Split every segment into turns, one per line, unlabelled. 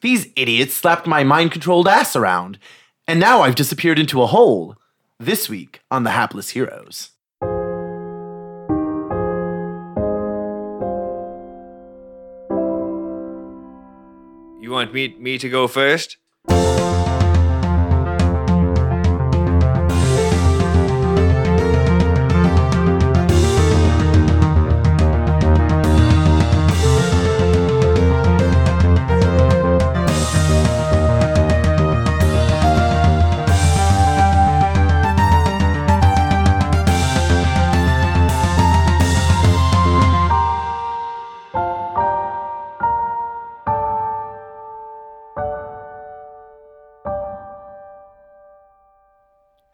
These idiots slapped my mind controlled ass around, and now I've disappeared into a hole. This week on The Hapless Heroes.
You want me me to go first?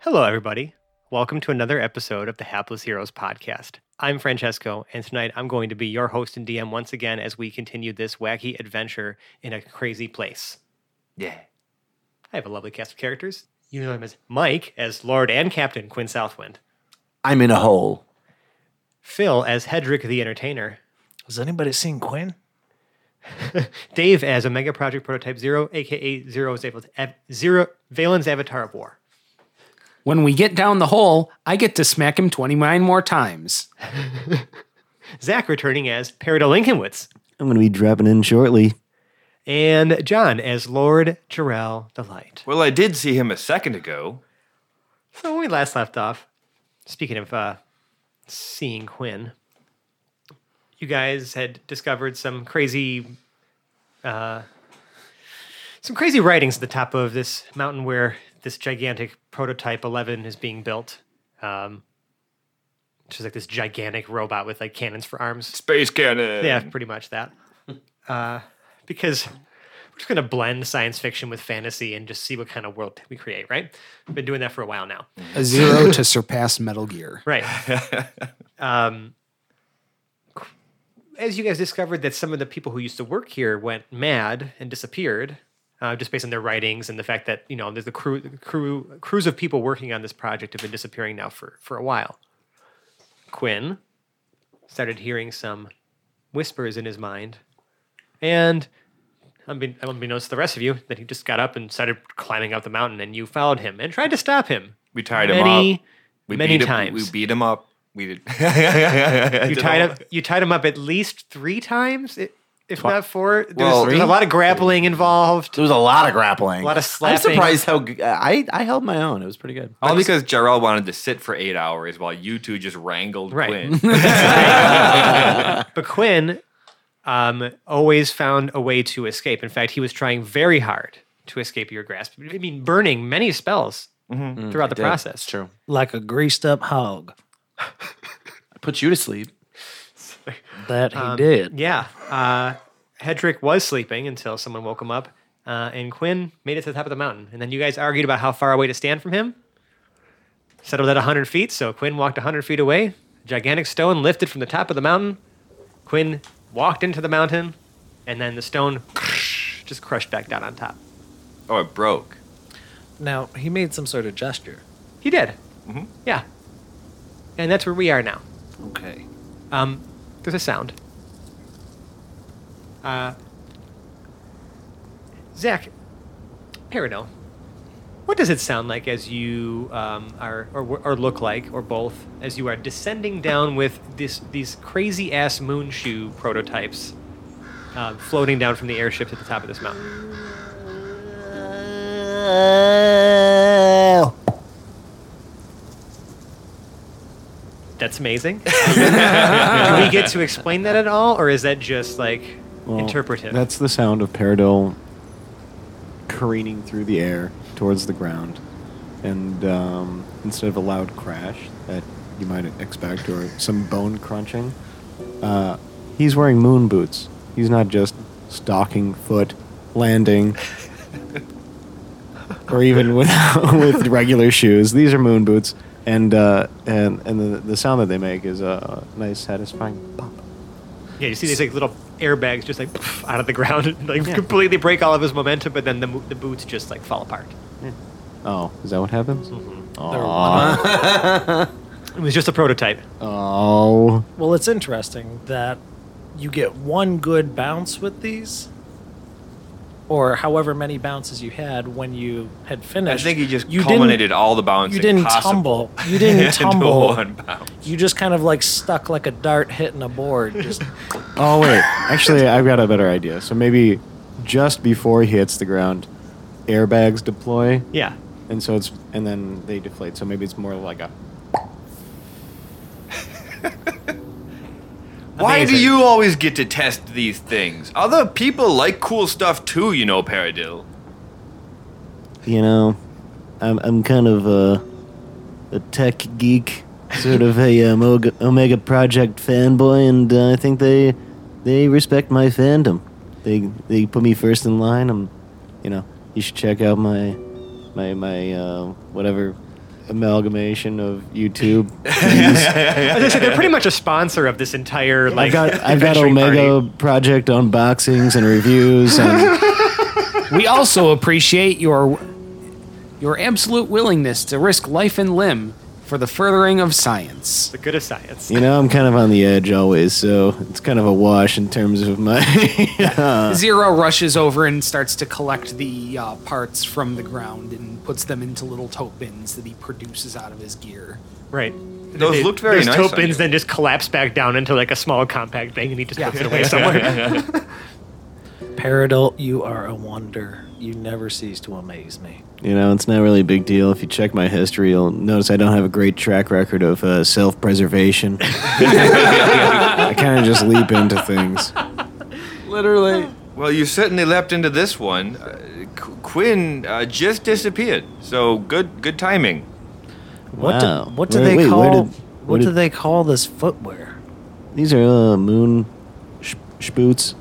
Hello, everybody. Welcome to another episode of the Hapless Heroes podcast. I'm Francesco, and tonight I'm going to be your host and DM once again as we continue this wacky adventure in a crazy place.
Yeah.
I have a lovely cast of characters. You know him as Mike, as Lord and Captain Quinn Southwind,
I'm in a hole.
Phil as Hedrick the Entertainer,
Has anybody seen Quinn?
Dave as Omega Project Prototype Zero, aka Zero, Zaval's- Av- Zero Valen's Avatar of War.
When we get down the hole, I get to smack him 29 more times.
Zach returning as Peridot Lincolnwitz,
I'm going to be dropping in shortly.
and John as Lord Jarrell the Light.
Well, I did see him a second ago.
So when we last left off, speaking of uh, seeing Quinn, you guys had discovered some crazy, uh, some crazy writings at the top of this mountain where this gigantic prototype Eleven is being built. Um, which is like this gigantic robot with like cannons for arms.
Space cannon.
Yeah, pretty much that. Uh, because we're just going to blend science fiction with fantasy and just see what kind of world we create, right? We've been doing that for a while now.
A zero to surpass Metal Gear.
Right. um, qu- as you guys discovered that some of the people who used to work here went mad and disappeared, uh, just based on their writings and the fact that you know there's the crew, the crew, crews of people working on this project have been disappearing now for for a while. Quinn started hearing some whispers in his mind, and. unbe- Unbeknownst to the rest of you, that he just got up and started climbing up the mountain, and you followed him and tried to stop him.
We tied him up.
Many,
We
many
beat him-
times.
we beat him up. We did. you
you tied him. You tied him up at least three times, i- if not four. There's,
Well,
there's a
three?
lot of grappling involved.
There was a lot of grappling.
A lot of
I'm
slapping.
surprised how g- I, I held my own. It was pretty good.
All because Jarrell wanted to sit for eight hours while you two just wrangled
Right.
Quinn.
But Quinn um, always found a way to escape. In fact, he was trying very hard to escape your grasp. I mean, burning many spells
Mm-hmm.
throughout the process.
That's true.
Like a greased up hog.
I put you to sleep.
That he did.
Um, Yeah. Uh, Hedrick was sleeping until someone woke him up, uh, and Quinn made it to the top of the mountain. And then you guys argued about how far away to stand from him. Settled at 100 feet, so Quinn walked 100 feet away. Gigantic stone lifted from the top of the mountain. Quinn walked into the mountain, and then the stone just crushed back down on top.
oh, it broke.
Now he made some sort of gesture.
He did.
Mm-hmm.
Yeah. And that's where we are now.
Okay.
Um, there's a sound. Uh, Zach, Peridot, what does it sound like as you um, are, or, or look like, or both, as you are descending down with this these crazy ass moon shoe prototypes uh, floating down from the airship at the top of this mountain? That's amazing. Do we get to explain that at all, or is that just like
Well,
interpretive?
That's the sound of Peridot careening through the air towards the ground. And um, instead of a loud crash that you might expect or some bone crunching, uh, he's wearing moon boots. He's not just stalking foot, landing, or even with, with regular shoes. These are moon boots. And, uh, and, and the, the sound that they make is a nice, satisfying pop.
Yeah, you see these like little airbags just like poof, out of the ground, and, like completely break all of his momentum, but then the, mo- the boots just like fall apart.
Oh, is that what happens?
It was just a prototype.
Oh.
Well, it's interesting that you get one good bounce with these, or however many bounces you had when you had
I
finished.
think he just
you didn't-
culminated all the bounces.
You didn't
possible
tumble. You didn't
into
tumble.
one bounce.
You just kind of like stuck like a dart hitting a board. Just
Oh wait, actually, I've got a better idea. So maybe just before he hits the ground, airbags deploy,
Yeah.
and so it's and then they deflate. So maybe it's more like a.
Why do
Amazing.
you always get to test these things? Other people like cool stuff too, you know, Paradil.
You know, I'm I'm kind of a, a tech geek, sort of a um, Omega, Omega Project fanboy, and uh, I think they they respect my fandom. They they put me first in line. I'm, you know, you should check out my my my uh, whatever amalgamation of YouTube.
As I said, they're pretty much a sponsor of this entire like.
I've got I've got
adventuring
Omega
party.
Project unboxings and reviews. And
We also appreciate your your absolute willingness to risk life and limb for the furthering of science.
The good of science.
you know, I'm kind of on the edge always, so it's kind of a wash in terms of my. uh,
Zero rushes over and starts to collect the uh, parts from the ground and puts them into little tote bins that he produces out of his gear.
Right.
Those looked very
Those
nice
tote
on
bins
you.
then just collapse back down into like a small compact thing, and he just
Yeah.
puts it away somewhere.
Paradult, you are a wonder. You never cease to amaze me.
You know, it's not really a big deal. If you check my history, you'll notice I don't have a great track record of uh, self preservation. I kind of just leap into things.
Literally.
Well, you certainly leapt into this one. Uh, Qu- Quinn uh, just disappeared, so good good timing.
What
Wow.
do, what do
Where-
they
wait, where
call
did- where
what do
did-
they call this footwear?
These are uh, moon sh- spoots.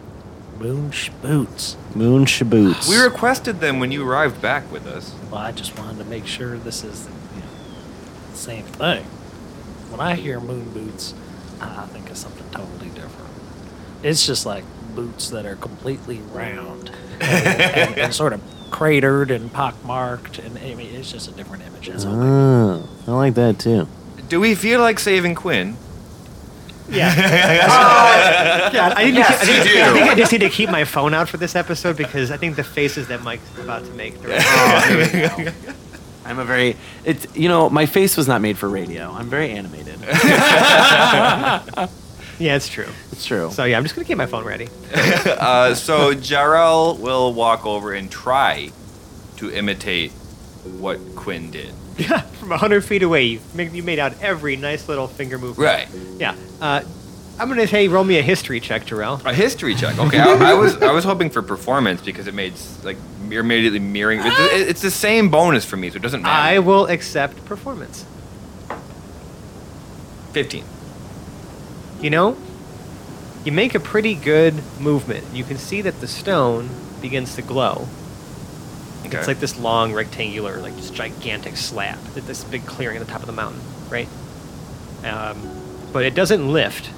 Moon boots.
Moon shaboots.
We requested them when you arrived back with us.
Well, I just wanted to make sure this is you know, the same thing. When I hear moon boots, I I think of something totally different. It's just like boots that are completely round and, and- and sort of cratered and pockmarked, and I mean, it's just a different image. That's all.
Oh, I like that too.
Do we feel like saving Quinn? Uh,
Yeah. yeah, I, need to- I think,
you
I
do.
think I just need to keep my phone out for this episode because I think the faces that Mike's about to make. they're- "Oh,
I'm a very it's you know my face was not made for radio. I'm very animated.
yeah, it's true.
It's true.
So yeah, I'm just gonna keep my phone ready.
Uh, so Jarrell will walk over and try to imitate what Quinn did.
Yeah, from 100 feet away, you made, you made out every nice little finger move.
Right.
Yeah. Uh, I'm gonna say roll me a history check, Jarrell.
A history check. Okay, I, I was I was hoping for performance because it made s- like mir- immediately mirroring. It's, the- it's the same bonus for me, so it doesn't
I
matter.
will accept performance.
fifteen.
You know, you make a pretty good movement. You can see that the stone begins to glow.
Okay.
It's like this long rectangular, like this gigantic slab, th- this big clearing at the top of the mountain, right? Um, but it doesn't lift,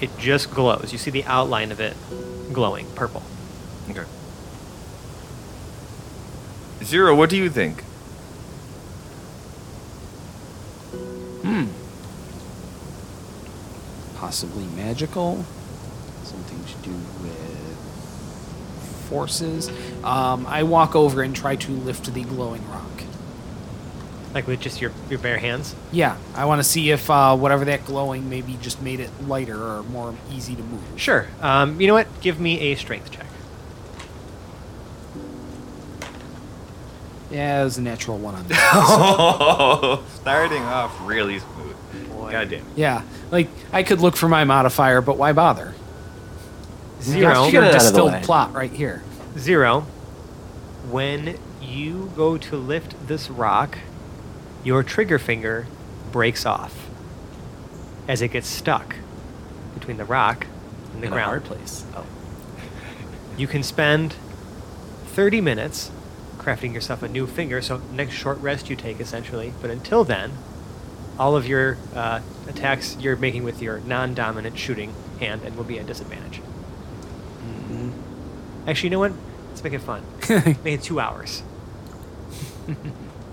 it just glows. You see the outline of it glowing purple.
okay. Zero. What do you think?
Possibly magical. Something to do with forces. Um, I walk over and try to lift the glowing rock.
Like with just your, your bare hands.
Yeah, I want to see if uh, whatever that glowing maybe just made it lighter or more easy to move.
Sure. Um, you know what? Give me a strength check.
Yeah, it was a natural one on that.
starting off really smooth. Goddamn.
yeah, like I could look for my modifier, but why bother?
Zero.
Get it out
Pure
of the
distilled
way.
plot right here.
Zero. When you go to lift this rock, your trigger finger breaks off as it gets stuck between the rock and the
In a
ground.
hard place. Oh.
You can spend 30 minutes crafting yourself a new finger, so next short rest you take essentially. But until then, all of your uh, attacks you're making with your non dominant shooting hand and will be at disadvantage.
Mm-hmm.
Actually, you know what? Let's make it fun. make it two hours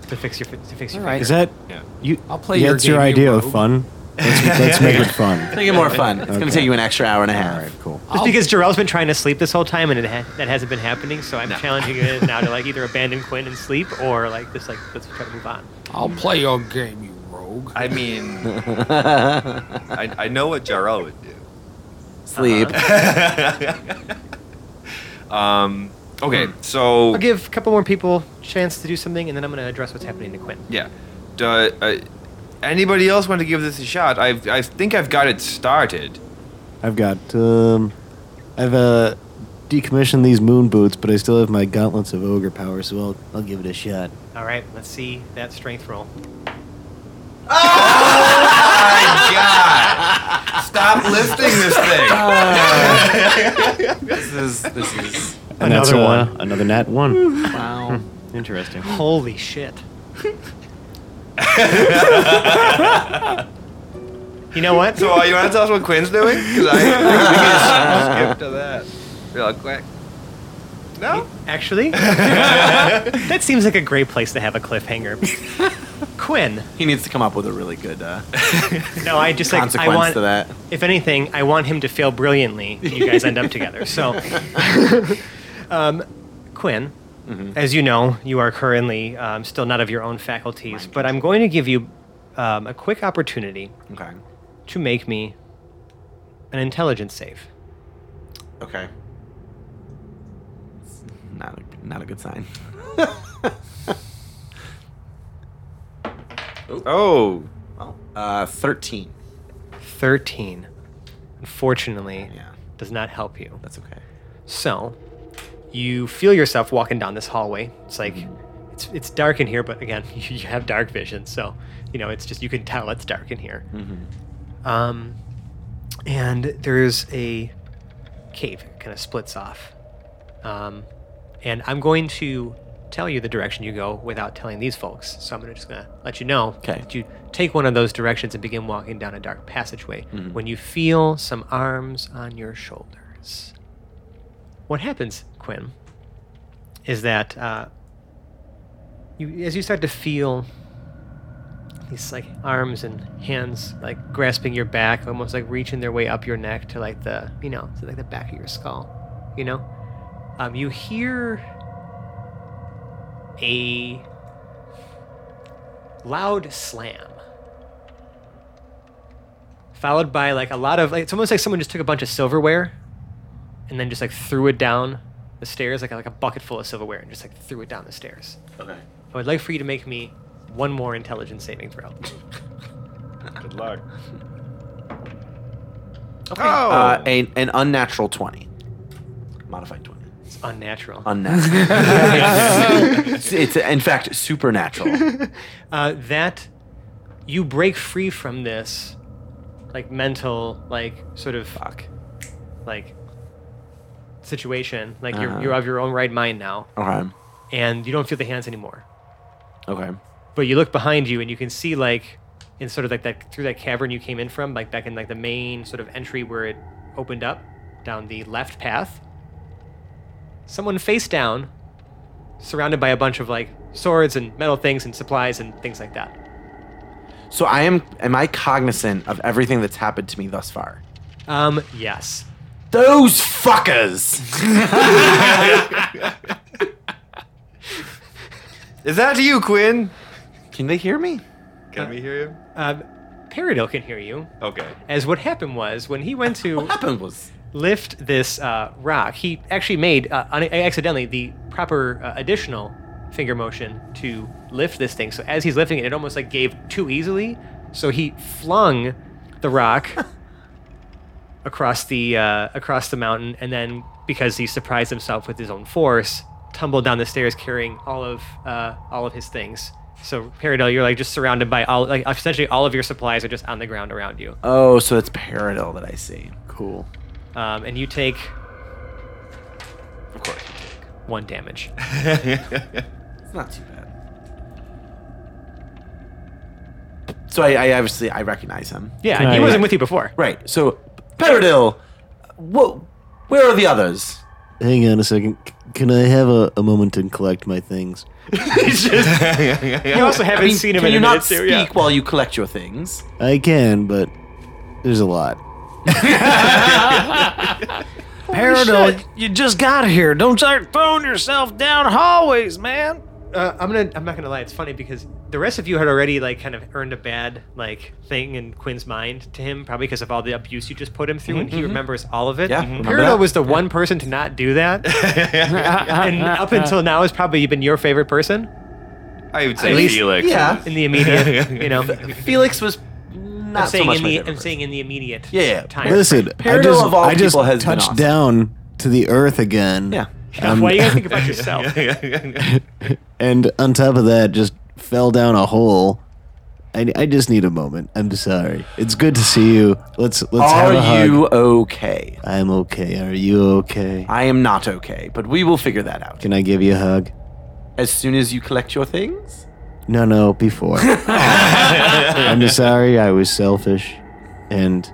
to fix your fi- to fix your
All right.
finger.
Is that
Yeah.
you?
I'll play
yeah,
your
That's your
game, you
idea of
rogue.
fun. Let's, let's make it fun.
Make it more fun. It's gonna
Okay.
take you an extra hour and a half.
All right, cool.
Just because Jarrell's been trying to sleep this whole time and it ha- that hasn't been happening, so I'm challenging it now to like either abandon Quinn and sleep or like just like let's try to move on.
I'll play your game, you rogue.
I mean, I, I know what Jarrell would do.
Sleep.
Uh-huh.
Um, okay, so
I'll give a couple more people chance to do something, and then I'm going to address what's happening to Quinn.
yeah, Do- uh, anybody else want to give this a shot? I I think I've got it started.
I've got um, I've uh, decommissioned these moon boots, but I still have my gauntlets of ogre power, so I'll I'll give it a shot.
All right, let's see that strength roll.
My God! Stop lifting this thing.
this is this is
And that's,
Another
uh, Another nat one.
wow.
Interesting.
Holy shit! you know what?
So uh, you want to tell us what Quinn's doing? Because I we can skip to that real quick. No.
Actually, that seems like a great place to have a cliffhanger. Quinn.
He needs to come up with a really good uh,
No, I just like I
consequence
want.
to that.
If anything, I want him to fail brilliantly. and You guys end up together. So, um, Quinn, as you know, you are currently um, still not of your own faculties, but I'm going to give you um, a quick opportunity
Okay.
to make me an intelligence save.
Okay. It's Not a, not a good sign.
Oh.
Well, uh, thirteen.
13, unfortunately,
Oh, Yeah,
does not help you.
that's okay.
So, you feel yourself walking down this hallway. It's like it's it's dark in here, but again, you have dark vision, so you know it's just you can tell it's dark in here. Um, and there's a cave kind of splits off, um, and I'm going to tell you the direction you go without telling these folks. So I'm gonna just gonna let you know
'Kay.
that you take one of those directions and begin walking down a dark passageway when you feel some arms on your shoulders what happens, Quinn, is that uh, you, as you start to feel these like arms and hands like grasping your back, almost like reaching their way up your neck to like the you know to like the back of your skull, you know, um, you hear a loud slam followed by like a lot of like, it's almost like someone just took a bunch of silverware and then just like threw it down the stairs like like a bucket full of silverware and just like threw it down the stairs.
Okay.
I would like for you to make me one more intelligence saving throw.
Good luck. Oh.
Okay.
Uh, an, an unnatural twenty. Modified twenty.
it's unnatural.
Unnatural. it's, it's in fact supernatural.
uh, that you break free from this like mental like sort of
Fuck.
like situation. Like
Uh-huh.
you're you're of your own right mind now
Okay.
and you don't feel the hands anymore.
Okay.
but you look behind you and you can see like in sort of like that through that cavern you came in from like back in like the main sort of entry where it opened up down the left path someone face down surrounded by a bunch of like swords and metal things and supplies and things like that
So I am am I cognizant of everything that's happened to me thus far?
um yes
Those fuckers.
Is that you, Quinn?
Can they hear me?
Can we hear you?
um Peridot can hear you
Okay.
as what happened was when he went to
What happened was
lift this uh, rock, he actually made uh, un- accidentally the proper uh, additional finger motion to lift this thing. So as he's lifting it, it almost like gave too easily. So he flung the rock across the uh, across the mountain, and then because he surprised himself with his own force, tumbled down the stairs carrying all of uh, all of his things. So Peridot, you're like just surrounded by all like essentially all of your supplies are just on the ground around you.
Oh, so it's Peridot that I see. Cool.
Um, and you take. Of course, you take one damage.
It's not too bad. So I, I obviously I recognize him.
Yeah,
Can
he
I-
wasn't with you before.
Right. So Peridil, what? Where are the others?
Hang on a second. C- Can I have a, a moment and collect my things?
You also haven't seen him
can
in
you
a
not
minute,
speak
too, yeah.
while you collect your things?
I can, but there's a lot.
Paradol, you just got here. Don't start throwing yourself down hallways, man.
uh, I'm gonna. I'm not gonna lie. It's funny because the rest of you had already like kind of earned a bad like thing in Quinn's mind to him, probably because of all the abuse you just put him through, and he remembers all of it.
Mm-hmm. Yeah, Mhm. remember
Paradol
that.
was the one person to not do that, and up until now has probably been your favorite person
I would say
least-
Felix.
yeah.
in the immediate. you know, I'm
Felix was not so
saying
much
in
my
the.
favorite
I'm
person.
saying in the immediate.
Yeah, yeah.
Time.
Listen, I
Paradol
just,
of all
I just
people has been
touched
awesome.
down to the earth again.
Yeah.
Um,
Why you gotta think about yourself?
and on top of that, just fell down a hole. I, I just need a moment. I'm sorry. It's good to see you. Let's let's have a
Are
hug.
you okay?
I'm okay. Are you okay?
I am not okay, but we will figure that out.
Can I give you a hug?
As soon as you collect your things?
No, no, before. I'm sorry. I was selfish, and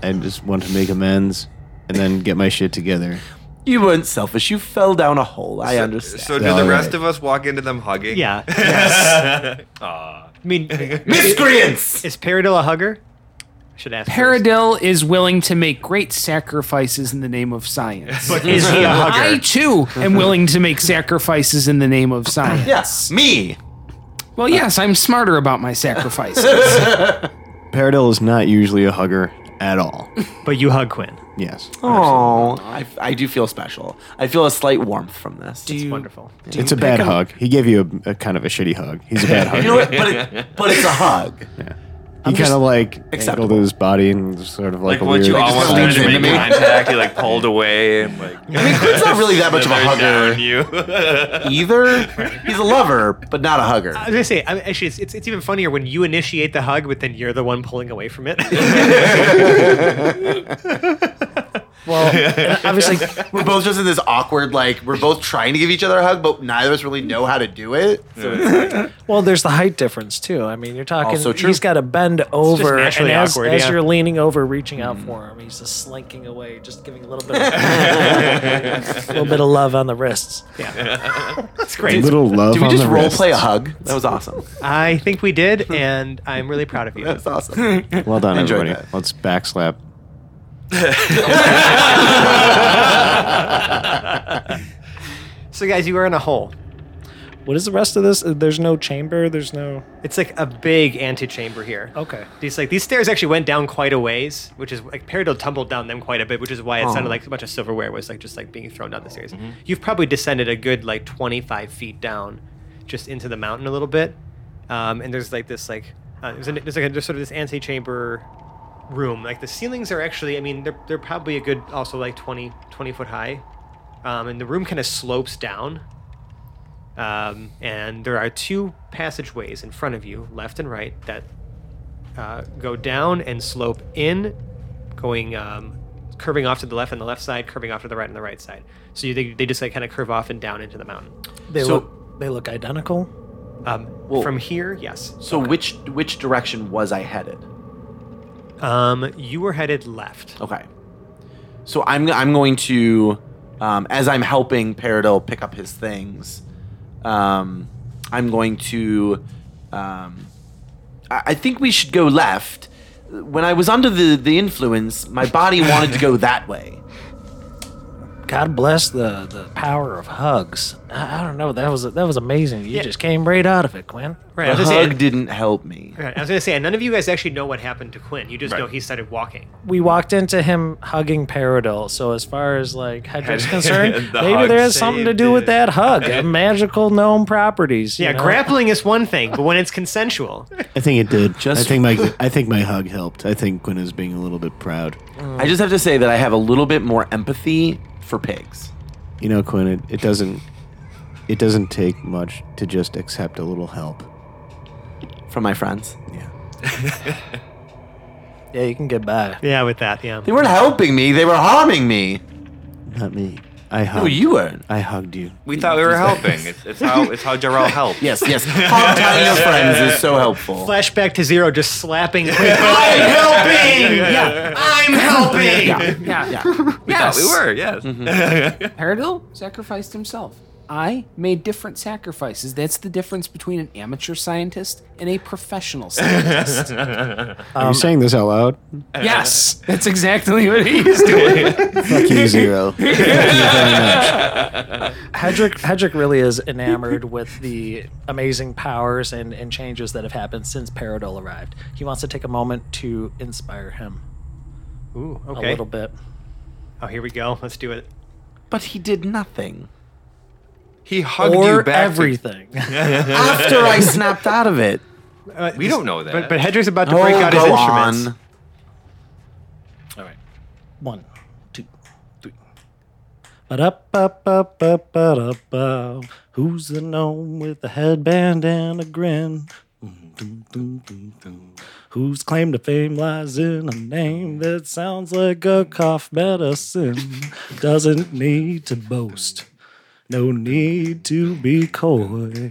I just want to make amends, and then get my shit together.
You weren't selfish. You fell down a hole. I understand.
So do
Yeah,
the
all
rest
right.
of us walk into them hugging?
Yeah.
Aw.
I mean,
Miscreants!
is Paradil a hugger? I should ask. first.
Paradil is willing to make great sacrifices in the name of science.
But is he a hugger?
I too am willing to make sacrifices in the name of science.
Yes, me.
Well, yes, I'm smarter about my sacrifices.
Paradil is not usually a hugger at all.
But you hug Quinn.
Yes.
Oh, I, I do feel special. I feel a slight warmth from this.
Do
You
you-
Wonderful.
do
It's
you
a bad
pick 'em-
hug. He gave you a, a kind of a shitty hug. He's a bad hugger.
know what? But, it, but it's a hug.
He kind of like
Acceptable.
angled his body and just sort of like,
Like
a
once you
weird,
almost
leaned
wanted to
into
make
me.
contact, you like pulled away and like
I mean, Quinn's not really that much of a
slithered
hugger
down you.
either. He's a lover, but not a hugger.
I was gonna say, I mean, actually, it's, it's it's even funnier when you initiate the hug, but then you're the one pulling away from it.
Well, obviously,
We're both just in this awkward, like, we're both trying to give each other a hug, but neither of us really know how to do it. So
Well, there's the height difference too. I mean, you're talking.
Also true.
He's got to bend over, and
naturally
as,
awkward,
as
yeah.
you're leaning over, reaching out for him, he's just slinking away, just giving a little bit, of, a little bit of love on the wrists.
That's great.
little love.
did we
on
just
the
role
wrist.
play a hug? That was awesome.
I think we did, and I'm really proud of you.
That's awesome.
Well done,
Enjoyed
everybody.
that.
Let's backslap.
So, guys, you are in a hole.
What is the rest of this? Uh, There's no chamber. There's no.
It's like a big antechamber here.
Okay.
These like these stairs actually went down quite a ways, which is like Peridot tumbled down them quite a bit, which is why it sounded like a bunch of silverware was like just like being thrown down the stairs. You've probably descended a good like 25 feet down, just into the mountain a little bit, um, and there's like this like uh, there's, an, there's like a, there's sort of this antechamber room. Like the ceilings are actually, I mean, they're they're probably a good also like 20 20 foot high, um, and the room kind of slopes down um, and there are two passageways in front of you, left and right, that uh, go down and slope in, going um, curving off to the left on the left side, curving off to the right on the right side. So you, they, they just like kind of curve off and down into the mountain.
They
So-
look. They look identical.
Um,
Whoa.
from here, yes.
So which which direction was I headed?
Um, you were headed left.
Okay. So I'm I'm going to, um, as I'm helping Peridil pick up his things, um, I'm going to, um, I, I think we should go left. When I was under the the influence, my body wanted to go that way.
God bless the the power of hugs. I, I don't know. That was that was amazing. You just came right out of it, Quinn.
Right. I
The
was gonna say-
hug didn't help me.
Right, I was gonna say, and none of you guys actually know what happened to Quinn. You just
Right.
know he started walking.
we walked into him hugging Peridot. So as far as like Hedrick's concerned,
The
maybe
hug
there has something to
saved
do
it.
with that hug. Uh, Magical gnome properties. you
Yeah,
know?
grappling is one thing, but when it's consensual,
I think it did.
Just-
I think my I think my hug helped. I think Quinn is being a little bit proud.
I just have to say that I have a little bit more empathy for pigs.
You know, Quinn, it, it doesn't it doesn't take much to just accept a little help.
From my friends,
Yeah.
Yeah, you can get by.
yeah, with that, yeah.
they weren't helping me; they were harming me.
Not me. I hugged.
No, you weren't.
I hugged you.
We thought we were helping. It's, it's how it's how Jarrell helped.
Yes, yes. Hog tying your friends is so helpful.
Flashback to zero, just slapping.
I'm helping.
Yeah.
I'm helping.
Yeah.
we thought
Yes.
we were. Yes. Mm-hmm.
Herodil sacrificed himself. I made different sacrifices. That's the difference between an amateur scientist and a professional scientist.
Are you saying this out loud?
yes, that's exactly what he is doing.
Fuck you, Zero.
Hedrick, Hedrick really is enamored with the amazing powers and, and changes that have happened since Peridol arrived. He wants to take a moment to inspire him
Ooh,
a
okay.
little bit.
Oh, here we go. Let's do it.
But he did nothing.
He hugged
or
you back. to-
everything.
After I snapped out of it.
Uh,
we
just-
don't know that.
But, but Hedrick's about to
Oh,
break out his
go
instruments.
on.
All right. One, two, three. Ba-da-ba-ba-ba-ba-da-ba. Who's the gnome with the headband and a grin? Dum-dum-dum-dum-dum. Whose claim to fame lies in a name that sounds like a cough medicine? Doesn't need to boast, no need to be coy.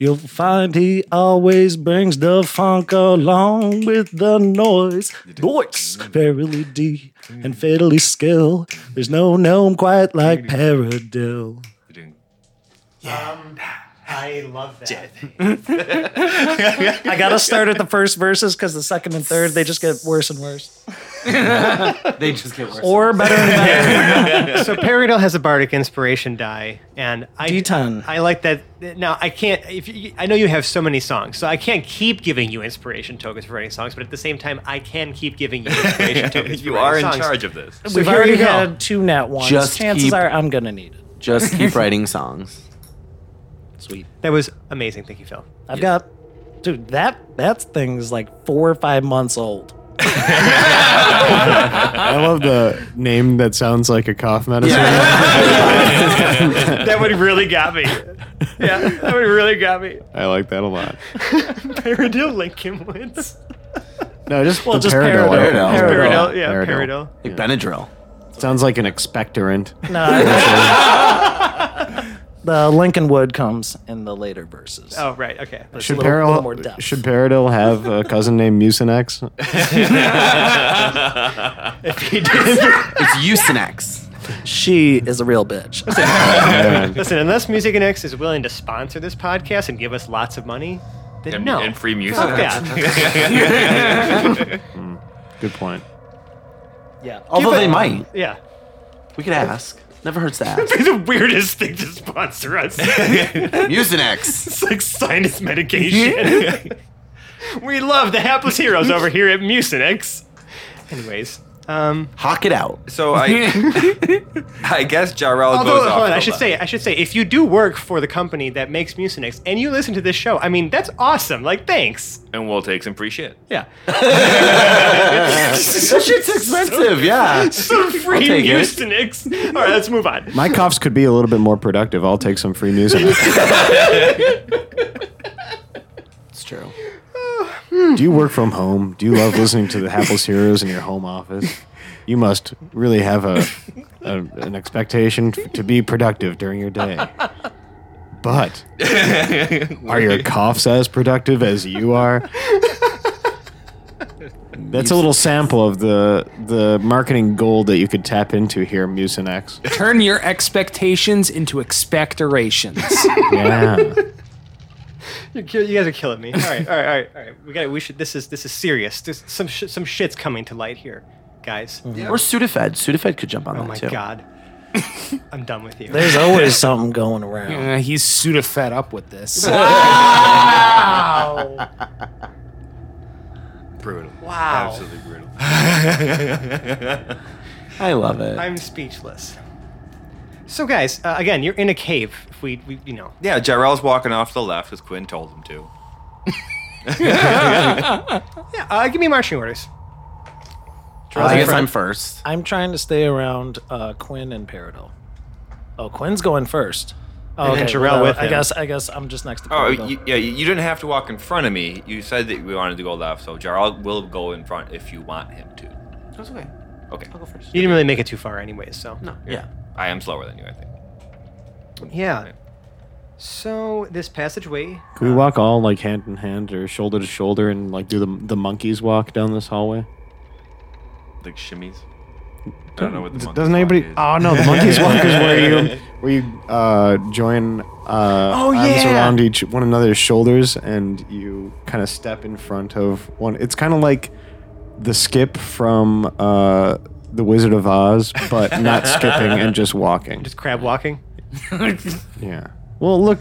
You'll find he always brings the funk along with the noise. Noise, verily D and fatally skill. There's no gnome quite like Paradil.
Um, I love that.
I gotta start at the first verses because the second and third they just get worse and worse,
They just get worse.
or better and better.
so Peridot has a bardic inspiration die, and I
D10.
I like that. Now I can't. If you, I know you have so many songs, so I can't keep giving you inspiration tokens for writing songs. But at the same time, I can keep giving you inspiration tokens. for
you
writing
are in
songs.
charge of this.
So
We've
here
already
you go.
had two nat ones.
Just
Chances
keep-
are I'm gonna need it.
Just keep writing songs.
Sweet.
That was amazing. Thank you, Phil.
I've got, dude. That that thing's like four or five months old.
I love the name that sounds like a cough medicine.
that would really got me. Yeah, that would really got me.
I like that a lot.
Peridot Lincoln Woods.
No, just
Well,
the
just
Paradol.
Paradol. Paradol.
Peridot, yeah, Peridot.
Like Benadryl.
Sounds like an expectorant.
No. I- the Lincoln Wood comes in the later verses.
Oh right, okay. Let's-
Should
a little- little more
Paradol
depth.
should Paradol have a cousin named Mucinex?
It's Usinex.
She is a real bitch.
Yeah.
Listen, unless Music and X is willing to sponsor this podcast and give us lots of money, then
And,
no.
and free music.
Fuck that.
Good point.
yeah. Oh,
Although they might.
yeah.
We could ask. Never hurts to ask.
It's the weirdest thing to sponsor us.
Usinex.
it's like sinus medication. we love the hapless heroes over here at Mucinex. Anyways, um,
Hawk it out.
So I, I guess Jarrell
although
goes off.
hold on, I
the
should
left.
say, I should say, if you do work for the company that makes Mucinex and you listen to this show, I mean, that's awesome. Like, thanks.
and we'll take some free shit.
Yeah,
That shit's expensive, yeah.
some free
take it.
Mucinex. All right, let's move on.
My coughs could be a little bit more productive. I'll take some free Mucinex.
It's true.
Do you work from home? Do you love listening to the Hapless Heroes in your home office? You must really have a, a an expectation f- to be productive during your day. But are your coughs as productive as you are? That's a little sample of the the marketing gold that you could tap into here, Mucinex.
Turn your expectations into expectorations.
Yeah.
You're kill- you guys are killing me. All right, all right, all right, all right. We got. We should. This is this is serious. This, some sh- some shit's coming to light here, guys.
Or Sudafed. Sudafed could jump on
Oh
that
my
Mm-hmm. too.
god, I'm done with you.
There's always something going around.
uh, he's pseudo fed up with this.
Brutal.
Wow.
Absolutely brutal.
I love it.
I'm speechless. So, guys, uh, again, you're in a cave. If we, we, you know,
Yeah, Jarrell's walking off to the left as Quinn told him to.
yeah. Uh, give me marching orders.
I guess I'm first.
I'm trying to stay around uh, Quinn and Peridol. Oh, Quinn's going first. Oh,
And then Jarrell
well,
with
I
him.
guess I guess I'm just next to
Oh,
Peridot.
you, yeah, you didn't have to walk in front of me. You said that we wanted to go left, so Jarrell will go in front if you want him to.
That's okay.
Okay.
I'll go first.
You didn't really make it too far, anyways. So,
No. Yeah.
I am slower than you, I think.
Yeah. So this passageway.
Can we walk all like hand in hand or shoulder to shoulder and like do the the monkeys walk down this hallway?
Like shimmies. I don't know what the
Does-
monkey
Doesn't
walk
anybody?
is.
Oh no, the monkeys walk is where you where you uh, join uh,
Oh,
arms
yeah.
around each one another's shoulders and you kind of step in front of one. It's kind of like the skip from uh, the Wizard of Oz, but not skipping and just walking.
Just crab walking.
yeah. Well, look,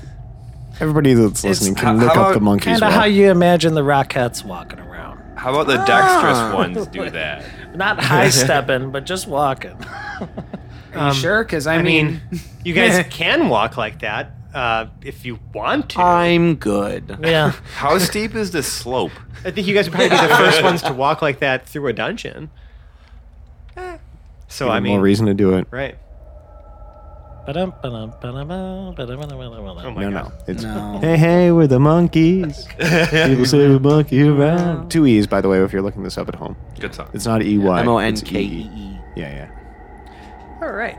everybody that's listening can
how-
look
how
up the
about-
monkeys.
Kind of
walk.
how you imagine the Rockettes walking around.
How about the dexterous ones do that?
Not high stepping, but just walking.
Are you sure? Because I,
Um, I
mean,
mean, you guys can walk like that uh, if you want to.
I'm good.
Yeah.
How steep is this slope?
I think you guys would probably be the first ones to walk like that through a dungeon. So I
Even more
mean,
reason to do it.
right?
Ba-dum, ba-dum, ba-dum, ba-dum, ba-dum, ba-dum,
Oh
ba-dum.
my
No,
god.
no. It's
No.
hey, hey, we're the monkeys. People say we monkey around. Two E's, by the way, if you're looking this up at home.
Good song.
It's not E Y.
M O N
it's
K E
E.
E.
Yeah, yeah.
All right.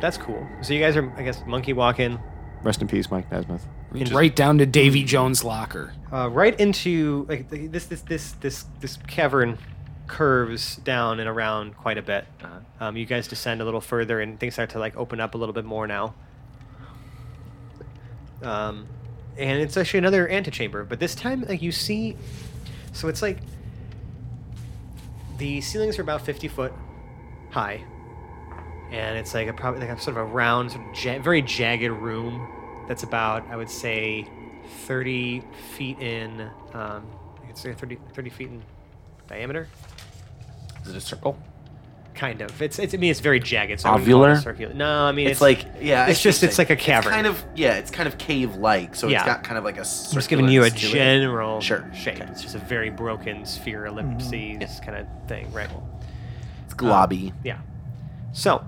That's cool. So you guys are, I guess, monkey walking
Rest in peace, Mike Nesmith.
right down to Davy Jones' locker.
uh, right into like the- this this this this this cavern curves down and around quite a bit.
Uh-huh.
Um, you guys descend a little further, and things start to like open up a little bit more now. Um, and it's actually another antechamber, but this time like you see, so it's like the ceilings are about fifty foot high, and it's like a probably like a sort of a round, sort of ja- very jagged room that's about I would say thirty feet in. Um, it's like 30, 30 feet in diameter.
Is it a circle?
Kind of. It's, it's. I mean, it's very jagged. So I wouldn't call
Ovular?
it circular. No, I mean,
It's, like yeah.
It's
I
just.
see what
It's
you're
like a
saying.
cavern.
It's kind of yeah. It's kind of cave like. So
Yeah.
it's got kind of like a.
I'm just giving you a
circular-
general
Sure,
shape.
okay. Mm-hmm.
It's just a very broken sphere, ellipses, kind of thing, right?
It's globby.
Yeah. So,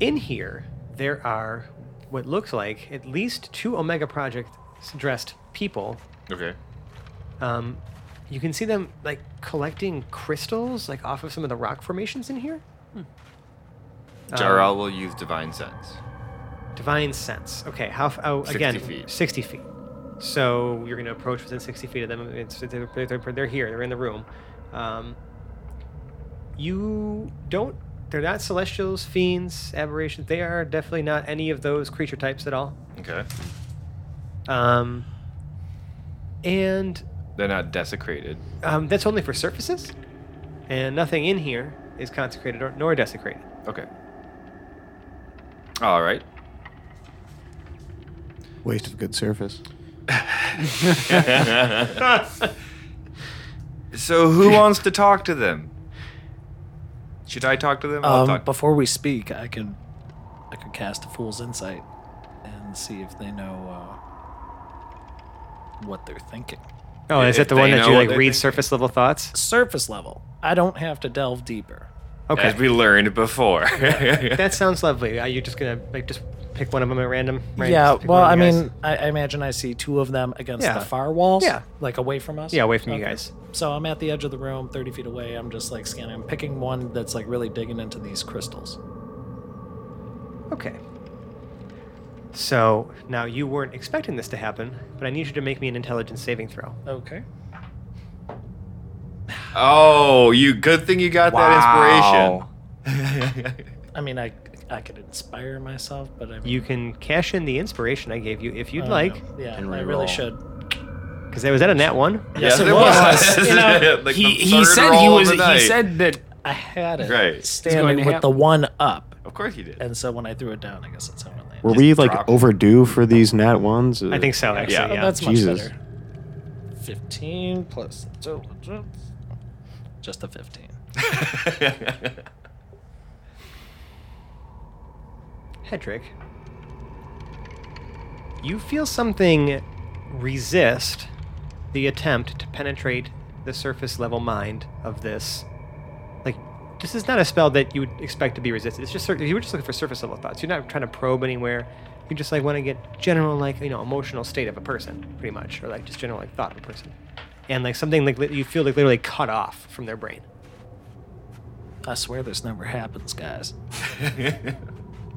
in here, there are what looks like at least two Omega Project dressed people
Okay.
um, you can see them like collecting crystals like off of some of the rock formations in here Um,
Jarl will use divine sense.
divine sense okay how f- oh
60
again
feet.
60 feet so you're going to approach within 60 feet of them it's, they're, they're, they're here they're in the room um, you don't they're not celestials fiends aberrations they are definitely not any of those creature types at all
Okay.
um, and
They're not desecrated.
Um, that's only for surfaces, and nothing in here is consecrated or, nor desecrated.
Okay. All right.
Waste of good surface.
Oh,
So who wants to talk to them? Should I talk to them? I'll
Um,
talk.
before we speak, I can I could cast a fool's insight and see if they know uh, what they're thinking.
Oh,
is If it the one they that you, know like, what they read think.
surface level thoughts?
Surface level. I don't have to delve deeper.
Okay,
As we learned before.
that sounds lovely. Are you just gonna like just pick one of them at random? Right?
Yeah.
Just pick
Well,
one
I
of you guys?
mean, I, I imagine I see two of them against
Yeah.
the far walls.
Yeah.
Like away from us.
yeah, away from you
Okay.
guys.
So I'm at the edge of the room, 30 feet away. I'm just like scanning. I'm picking one that's like really digging into these crystals.
Okay. So now you weren't expecting this to happen, but I need you to make me an intelligence saving throw.
Okay.
oh, you good thing you got
Wow.
that inspiration.
I mean, I I could inspire myself, but I mean,
You can cash in the inspiration I gave you if you'd
I don't
like,
know. Yeah,
and
I really
reroll.
should.
because was that a nat one?
Yes, it was. You know,
Like
he
the
he
third
said
roll
he
of
was.
the
He
night.
said that.
I had it
Right. It's
going to
standing with
hap-
the one up,
Of course you did.
and so when I threw it down, I guess that's how it landed.
Were
Just
we like
drop it.
overdue for these nat ones?
I think so, actually.
Yeah.
Yeah.
Oh, that's
Jesus.
much better. 15 plus intelligence. Just a 15.
Hedrick, you feel something resist the attempt to penetrate the surface level mind of this. Like, this is not a spell that you would expect to be resisted. It's just sur- you were just looking for surface level thoughts. You're not trying to probe anywhere. You just like want to get general like you know emotional state of a person, pretty much, or like just general like thought of a person, and like something like li- you feel like literally cut off from their brain.
I swear this never happens, guys.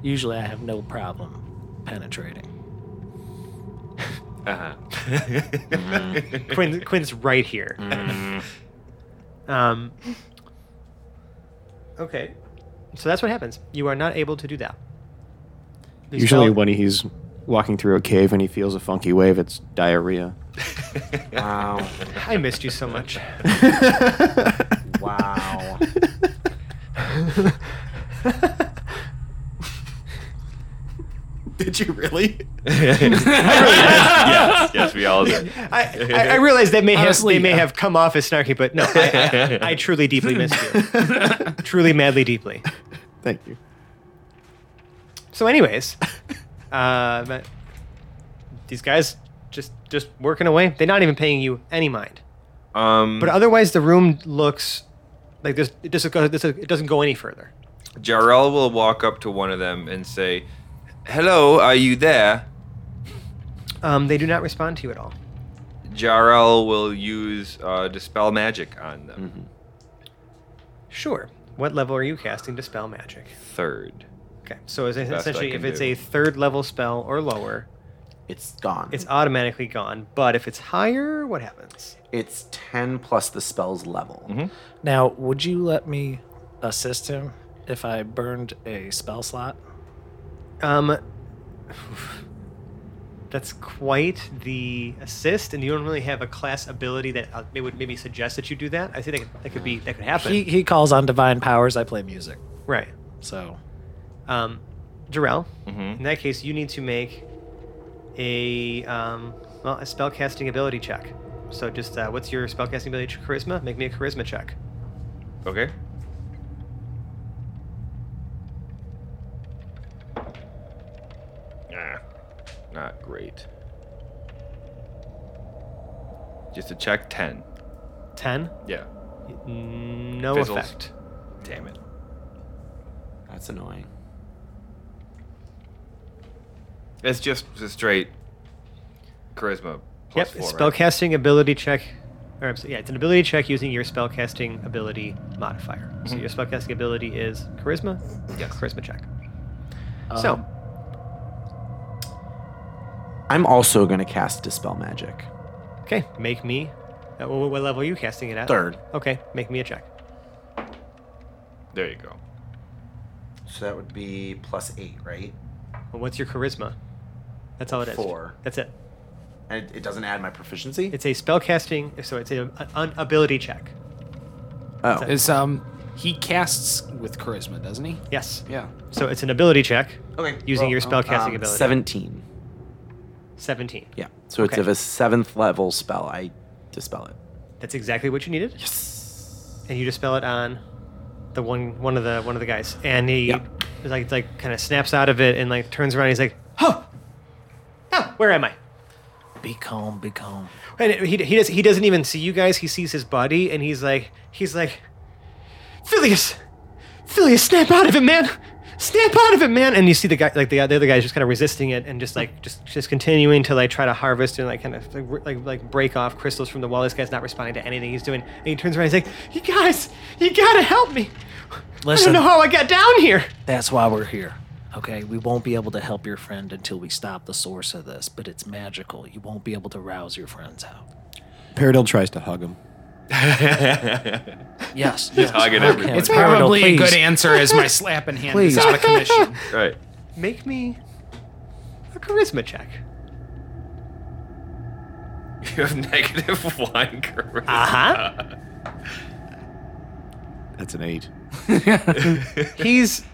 Usually I have no problem penetrating.
Uh-huh.
Quinn, Quinn's right here.
Mm.
um, okay, so that's what happens. You are not able to do that. The
Usually,
spell-
when he's walking through a cave and he feels a funky wave, it's diarrhea.
Wow.
I missed you so much.
Wow.
Did you really?
yes, yes, we all did.
I, I, I realize that may have
Honestly,
they may
uh,
have come off as snarky, but no, I, I, I truly deeply missed you. truly, madly, deeply.
Thank you.
So, anyways, uh, but these guys just just working away. They're not even paying you any mind.
Um,
But otherwise, the room looks like this. It doesn't go. This, it doesn't go any further.
Jarrell will walk up to one of them and say, "Hello, are you there?"
Um, they do not respond to you at all.
Jarrell will use uh, dispel magic on them.
Sure. What level are you casting dispel magic?
Third.
Okay, so is it
Best I
essentially,
can
if it's
do.
a third level spell or lower,
It's gone.
it's automatically gone. But if it's higher, what happens?
It's 10 plus the spell's level.
Mm-hmm.
Now, would you let me assist him if I burned a spell slot?
Um, that's quite the assist, and you don't really have a class ability that uh, they would maybe suggest that you do that. I think that could, that could be that could happen.
He, he calls on divine powers. I play music.
right.
So
Um, Jarrell,
Mhm.
in that case, you need to make a um, well a spellcasting ability check. So just uh, what's your spellcasting ability? Charisma. Make me a charisma check.
Okay. Ah, not great. Just a check ten.
Ten.
Yeah.
No
Fizzles.
effect.
Damn it.
That's annoying.
It's just a straight charisma plus
Yep,
four.
it's
right?
spellcasting ability check. Or, I'm so- yeah, it's an ability check using your spellcasting ability modifier. So your spellcasting ability is charisma.
Mm-hmm. Yes.
Charisma check. so
um,
I'm also going to cast Dispel Magic.
okay, make me. Uh, wh- wh- what level are you casting it at?
Third.
Okay, make me a check.
There you go.
So that would be plus 8, right?
Well, what's your charisma? That's all it is.
Four.
That's it.
And it doesn't add my proficiency?
It's a spellcasting. So it's a, a- an ability check.
oh.
Is um he casts with charisma, doesn't he?
Yes.
Yeah.
So it's an ability check
okay.
using
well,
your
um,
spellcasting
um,
ability.
17.
Seventeen.
Yeah. So it's
Okay.
of a seventh level spell. I dispel it.
That's exactly what you needed.
Yes.
and you just spell it on the one one of the one of the guys, and he
Yeah.
is like it's like kind of snaps out of it and like turns around. And he's like, "Huh, huh, where am I?"
be calm, be calm.
And it- he he does he doesn't even see you guys. He sees his buddy, and he's like he's like, "Phileas, Phileas, snap out of it, man." Snap out of it, man! And you see the guy, like the, the other guy's just kind of resisting it, and just like just just continuing to like try to harvest and like kind of like re- like, like break off crystals from the wall. This guy's not responding to anything he's doing, and he turns around. and He's like, "You guys, you gotta help me!
Listen.
I don't know how I got down here.
That's why we're here. Okay, we won't be able to help your friend until we stop the source of this, but it's magical. You won't be able to rouse your friends out.
Paradil tries to hug him.
Yes. yes,
hugging
hug
everyone.
him.
It's
Paradil,
probably a good
please.
answer as my slapping hand
Please.
is out of commission.
Right.
Make me a charisma check.
You have negative one charisma.
Uh-huh.
That's an eight.
He's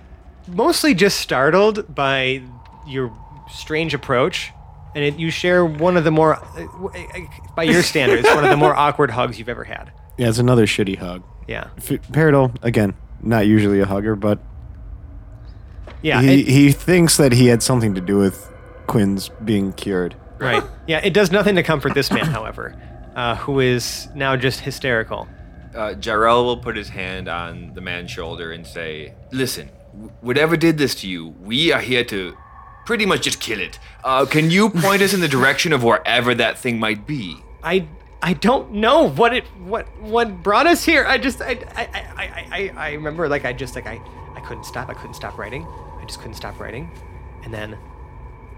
mostly just startled by your strange approach, and it, you share one of the more, uh, w- uh, by your standards, one of the more awkward hugs you've ever had.
Yeah, it's another shitty hug.
Yeah,
F- Paradil, again, not usually a hugger, but
yeah,
he,
it-
he thinks that he had something to do with Quinn's being cured.
right. Yeah, it does nothing to comfort this man, however, uh, who is now just hysterical.
Uh, Jarrell will put his hand on the man's shoulder and say, "Listen, wh- whatever did this to you, we are here to pretty much just kill it. Uh, can you point us in the direction of wherever that thing might be?"
I I don't know what it what what brought us here. I just I I I I, I, I remember like I just like I I couldn't stop. I couldn't stop writing. I I just couldn't stop writing, and then,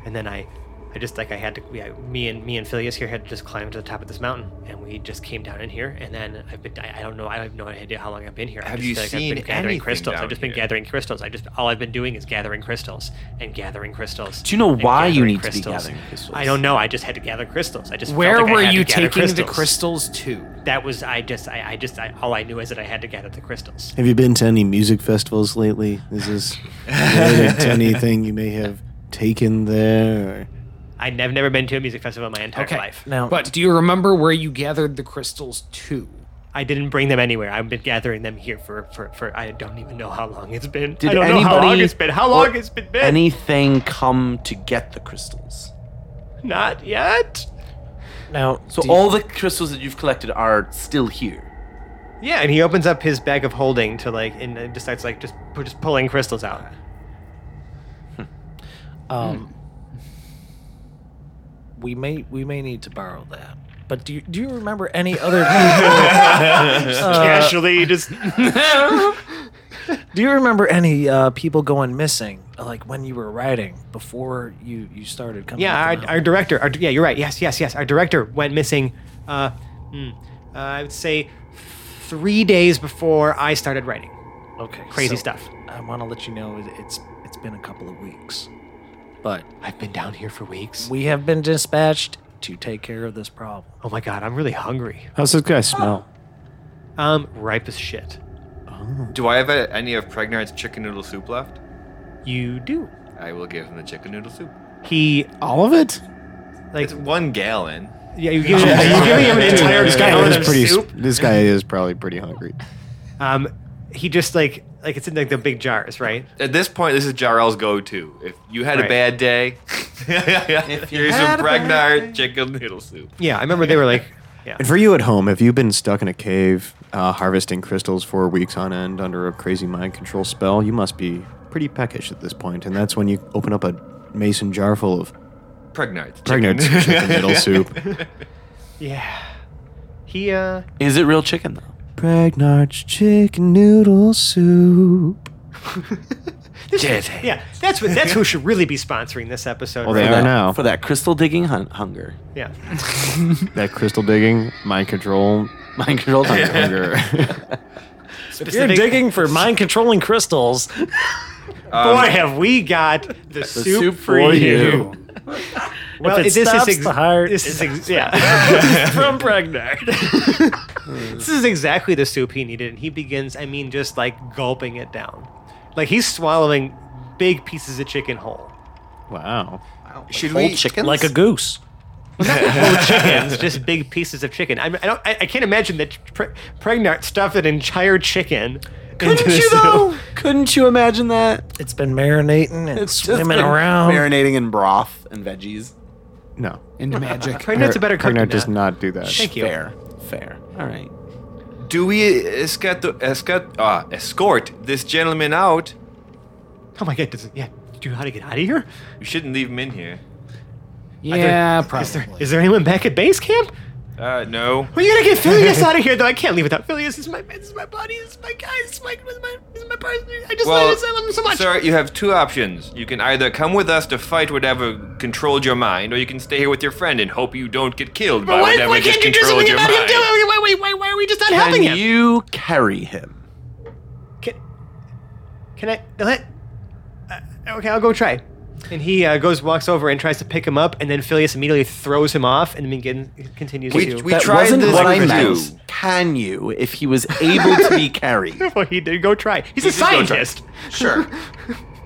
and then I, I just like I had to. Yeah, me and me and Phileas here had to just climb to the top of this mountain, and we just came down in here. And then I've been. I, I don't know. I have no idea how long I've been here. I
Have
just
you
feel
seen
I've been gathering
anything
crystals?
down
I've just been
here?
gathering crystals. I just all I've been doing is gathering crystals and gathering crystals.
Do you know
and
why you
gathering
need to be gathering crystals?
I don't know. I just had to gather crystals. I just felt
Where
like I
were
had to
you
gather
taking the
crystals
crystals to?
that was I just I, I just I, all I knew is that I had to gather the crystals.
Have you been to any music festivals lately? Is this related to anything you may have taken there?
I nev- I've never been to a music festival in my entire
Okay.
life.
Now,
But do you remember where you gathered the crystals to?
I didn't bring them anywhere. I've been gathering them here for for, for I don't even know how long it's been.
Did
I don't know how long
anybody
it's been. How
or
long it's been? been?
Anything come to get the crystals?
Not yet.
Now,
So
do you-
all the crystals that you've collected are still here.
Yeah, and he opens up his bag of holding to like and uh, decides like just pu- just pulling crystals out.
Hmm.
um, we may we may need to borrow that. But do you, do you remember any other? Uh,
Casually, just
do you remember any uh, people going missing, like when you were writing before you you started coming?
yeah.
up
Our, our director. Our, yeah, you're right. Yes, yes, yes. Our director went missing. Uh, hmm, uh, I would say three days before I started writing.
our okay
Crazy
so
stuff.
I want to let you know it, it's it's been a couple of weeks, but
I've been down here for weeks.
we have been dispatched to take care of this problem.
Oh my god, I'm really hungry.
How's this guy smell?
Um, ripe as shit.
Do I have uh, any of Pregnant's chicken noodle soup left?
You do.
I will give him the chicken noodle soup.
He
All of it?
like
It's one gallon.
yeah. You give him, you give him an entire
this guy
gallon
is
of
pretty.
soup.
This guy is probably pretty hungry.
Um, he just like like it's in like the big jars, right?
At this point, this is Jarrell's go-to. If you had a
Right.
bad day,
had
here's some
a bad
Pregnant chicken noodle soup.
Yeah, I remember they were like, yeah.
And for you at home, have you been stuck in a cave uh, harvesting crystals for weeks on end under a crazy mind control spell? You must be pretty peckish at this point, and that's when you open up a mason jar full of
Pregnant.
pregnant chicken noodle soup.
Yeah. He uh
Is it real chicken though?
Pregnart's chicken noodle soup.
this- yeah, that's what that's who should really be sponsoring this episode.
Well, they
right?
are
that,
now.
for that crystal digging hun- hunger.
Yeah.
That crystal digging, mind control,
Mind control hunger.
hunger.
If you're digging for mind controlling crystals,
Um,
Boy, have we got Um, the, soup,
soup
for
for
you.
you.
Well,
If it
this
stops
is ex-
the heart,
This
it
is ex- yeah. from Pregnant. this is exactly the soup he needed, and he begins. I mean, just like gulping it down, like he's swallowing big pieces of chicken whole.
wow.
Should
Whole
we?
chickens?
like a goose.
Whole chickens, just big pieces of chicken. I, I don't. I, I can't imagine that pre- Pregnant stuffed an entire chicken. into
Couldn't
the
you
soup.
though? Couldn't you imagine that?
It's been marinating and
It's just
swimming
been
around.
marinating in broth and veggies.
No.
Into magic.
Pregnant's a better cook. than
Pregnant does
that.
not do that.
Thank you.
Fair, fair. All right.
Do we escort, the- escort, uh, escort this gentleman out?
Oh my god! Does, yeah. Do you know how to get out of here?
We shouldn't leave him in here.
Yeah,
Is
Oh,
there
probably.
is there anyone back at base camp?
Uh, no.
Well, you gotta get Phileas out of here, though. I can't leave without Phileas. It's my, it's my buddy. It's my guy. It's my, it's my, it's my person. I just
Well,
love, him- I love him so much.
sir, you have two options. You can either come with us to fight whatever controlled your mind, or you can stay here with your friend and hope you don't get killed by
but why,
whatever
why
just
can't you do
controlled
something
your
about him?
mind.
Too? Why, why, why, why are we just not helping
Can
him?
you carry him?
can, can I? Let, uh, okay, I'll go try. And he uh, goes, walks over, and tries to pick him up, and then Phileas immediately throws him off, and begin, continues
We,
to.
we tried this
what I
with you.
meant. Can you, if he was able to be carried?
well, he did go try. He's a
did go try.
scientist.
Sure.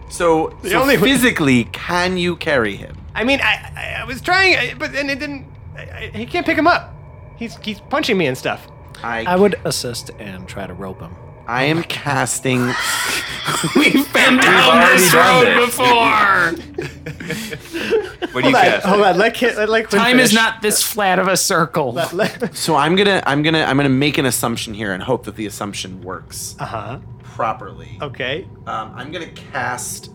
So, so
only way-
physically, can you carry him?
I mean, I, I, I was trying, I- but then it didn't. I, I, he can't pick him up. He's he's punching me and stuff.
I would assist and try to rope him.
I am casting. We've been
We've
down
already
this
done
road.
this. what do you
Hold on,
guess?
hold on. Let Kit, let, let Quinn
Time is
finish.
not this flat of a circle.
Let,
So I'm gonna, I'm gonna, I'm gonna make an assumption here and hope that the assumption works
uh oh. huh.
properly.
Okay.
Um, I'm gonna cast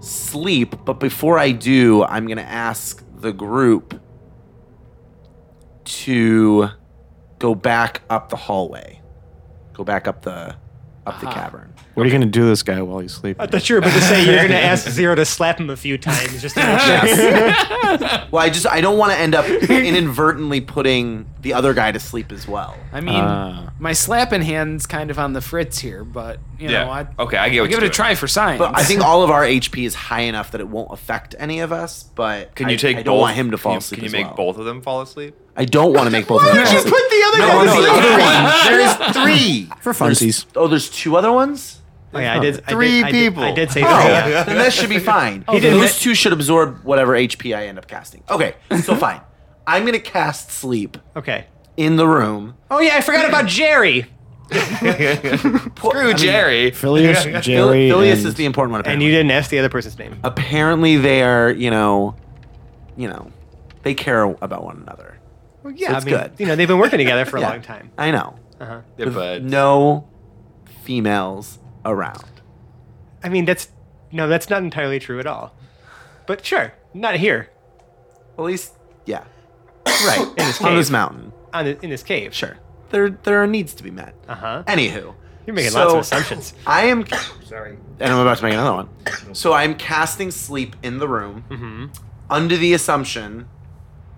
sleep, but before I do, I'm gonna ask the group to go back up the hallway, go back up the up the
Aha.
cavern.
What are you going to do to this guy while he's sleeping?
I thought you were about to say you're going to ask Zero to slap him a few times just to make sure.
Well, I just I don't want to end up inadvertently putting the other guy to sleep as well.
I mean,
Uh.
Ah.
my slapping hand's kind of on the fritz here, but you
yeah.
know, I
okay, I get
I'll
what
give it
you're
a try for science.
But I think all of our HP is high enough that it won't affect any of us. But
Can you
I-
take?
I don't
both-
want him to fall
can you,
asleep.
Can you
as
make
well.
both of them fall asleep?
I don't want to make both. Why
you put
the other
guy to
the
sleep?
other one? There is three
For
There's-
funsies.
oh, there's two other ones.
Oh, yeah, I did. I
Three
did, I did- I
people.
did, say
Oh,
three. yeah.
then that should be fine.
He didn't-
Those two should absorb whatever HP I end up casting. Okay, so fine. I'm gonna cast sleep
Okay.
in the room.
Oh yeah, I forgot about Jerry.
Screw Jerry.
Phileas,
Phil-
Jerry,
Phileas
and
is the important one.
And
Apparently.
you didn't ask the other person's name.
apparently they are, you know, you know, they care about one another.
Well, yeah,
That's
I mean,
good.
You know, they've been working together for
Yeah.
a long time.
I know.
Uh-huh.
They're
With
buds.
no females around.
I mean, that's no, that's not entirely true at all. But sure, not here
At least, yeah, right.
In this
on this
cave.
mountain,
on the, in this cave.
sure. There, there are needs to be met.
Uh huh.
Anywho,
You're making
so-
lots of assumptions.
I am sorry, and I'm about to make another one. So I'm casting sleep in the room
Mm-hmm.
under the assumption.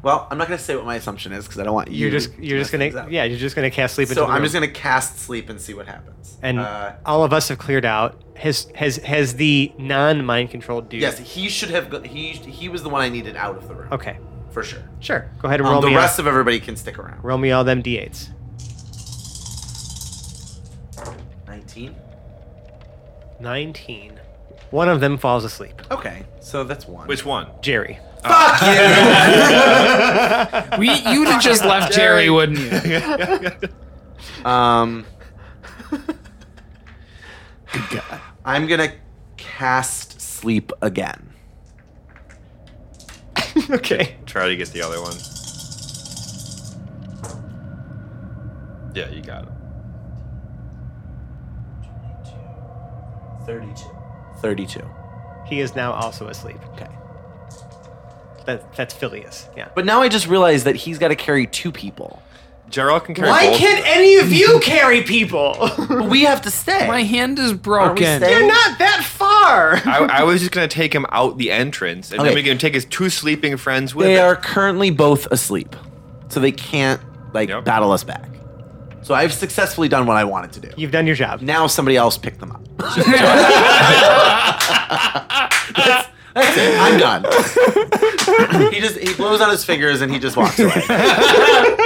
Well, I'm not going to say what my assumption is because I don't want you.
You're just
to
you're just
mess
gonna
things up.
yeah you're just gonna cast sleep. into
So
the
I'm
room.
just going to cast sleep and see what happens.
and
Uh,
all of us have cleared out. Has has has the non mind controlled dude?
Yes, he should have. go- He he was the one I needed out of the room.
Okay.
for sure.
Sure. Go ahead and roll
Um, the
me
rest of everybody can stick around.
all, roll me all them d8s.
Nineteen.
19. One of them falls asleep.
Okay, so that's one.
Which one?
Jerry.
we you'd have just left Jerry, wouldn't you?
Um. I'm gonna cast sleep again.
okay.
Try to get the other one. Yeah, you got it.
32. 32.
He is now also asleep.
Okay.
That, that's Phileas. Yeah.
But now I just realized that he's got to carry two people.
Gerald can carry both.
any of you carry people?
But we have to stay.
My hand is
Aren't we
broken.
staying?
not that far.
I, I was just gonna take him out the entrance, and
Okay.
then we're gonna take his two sleeping friends with
They
him.
are currently both asleep, so they can't like
Yep.
battle us back. So I've successfully done what I wanted to do.
You've done your job.
Now somebody else picked them up. that's, that's it. I'm done. he just he blows out his fingers and he just walks away. Job's done.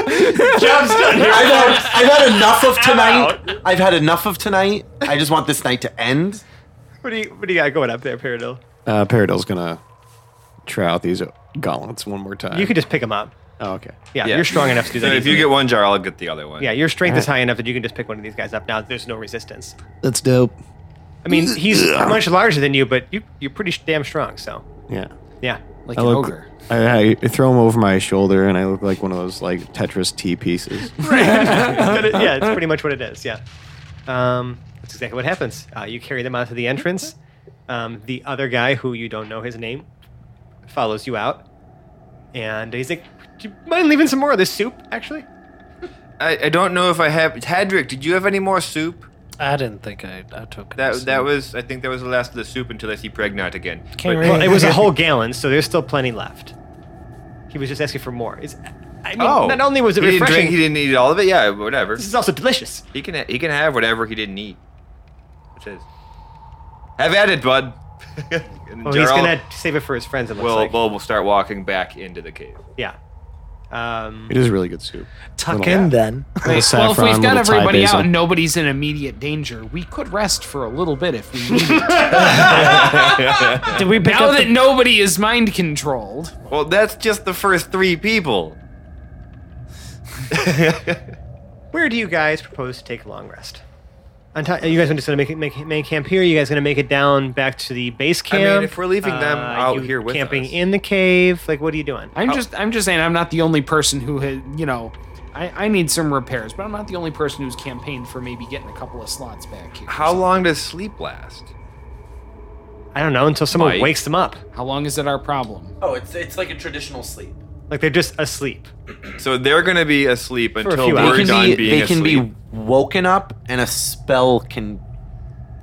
I've had, I've had enough of tonight. I've had enough of tonight. I just want this night to end.
What do you What do you got going up there, Peridil?
uh, Peridot's going to try out these gauntlets one more time.
You could just pick him up.
Oh, okay.
Yeah,
Yeah.
you're strong enough to do
So
that.
if you
easily.
get one jar, I'll get the other one.
yeah, your strength
Uh-huh.
is high enough that you can just pick one of these guys up. Now there's no resistance.
That's dope.
I mean, he's much larger than you, but you you're pretty sh- damn strong. So
Yeah.
yeah,
Like
I
an
look.
ogre.
I, I throw him over my shoulder, and I look like one of those like Tetris T pieces.
But it- yeah, it's pretty much what it is. Yeah, um, that's exactly what happens. Uh, you carry them out to the entrance. Um, the other guy, who you don't know his name, follows you out, and he's like, "Do you mind leaving some more of this soup, actually?"
I, I don't know if I have. Hedrick, did you have any more soup?
I didn't think I, I took
That
this.
that was. I think that was the last of the soup until I see pregnant again.
Can't
But-
really-
Well, it was a whole gallon, so there's still plenty left. He was just asking for more. It's, I mean,
oh,
not only was it
he didn't
refreshing,
drink, he didn't eat all of it. Yeah, whatever.
this is also delicious.
He can he can have whatever he didn't eat. It says, "Have at it, bud." and
Well, Oh, he's
Jarl
gonna save it for his friends. It looks
will
like.
will will start walking back into the cave.
yeah. Um,
it is really good soup.
Tuck
Little-
in then.
Wait, well, if
saffron,
we've got
little Thai
everybody out
basil.
and nobody's in immediate danger, we could rest for a little bit if we need it.
Did we pick
now
up
that nobody is mind controlled.
Well, that's just the first three people.
Where do you guys propose to take a long rest? On ti- are you guys are just going to make, it- make make camp here? you guys going to make it down back to the base
I mean,
camp?
if we're leaving them
Uh,
out
you
here with
camping
us.
in the cave, like what are you doing?
I'm just I'm just saying I'm not the only person who had you know I, I need some repairs, but I'm not the only person who's campaigned for maybe getting a couple of slots back here.
How long does sleep last?
I don't know until someone
Mike.
wakes them up.
How long is it our problem?
Oh, it's it's like a traditional sleep.
Like they're just asleep.
So they're gonna be asleep until
few
we're
hours.
They
done
can be
being
they can
asleep.
be woken up, and a spell can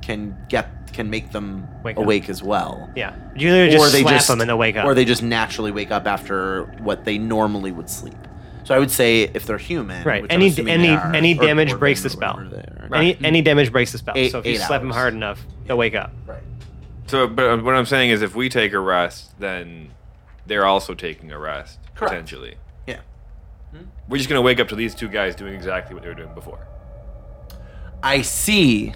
can get can make them
Wake up.
awake as well.
Yeah. You literally just slap them and they'll wake up.
or they just naturally wake up after what they normally would sleep. So I would say if they're human,
Right.
which I'm
Any-
assuming
any-
they are,
any
or
damage
dwarven
breaks the
or
spell.
whatever they are.
any any damage breaks the spell.
Eight-
so if you
eight
slap them
hours.
hard enough, they'll wake up.
Right.
So, but uh, what I'm saying is, if we take a rest, then they're also taking a rest
Correct.
potentially.
Yeah.
We're just gonna wake up to these two guys doing exactly what they were doing before.
I see,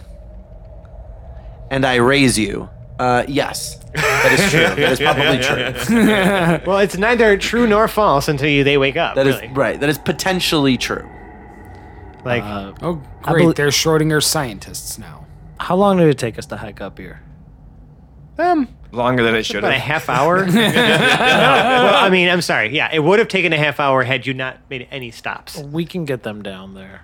and I raise you. Uh, yes, that is true. that is probably true.
Well, it's neither true nor false until you, they wake up.
That is
really.
right. That is potentially true.
like
Uh,
Oh,
I
great.
bel-
They're Schrodinger's scientists now.
how long did it take us to hike up here?
um
Longer than it should
about a
have.
half hour. No. Well, I mean, I'm sorry. Yeah, it would have taken a half hour had you not made any stops.
We can get them down there.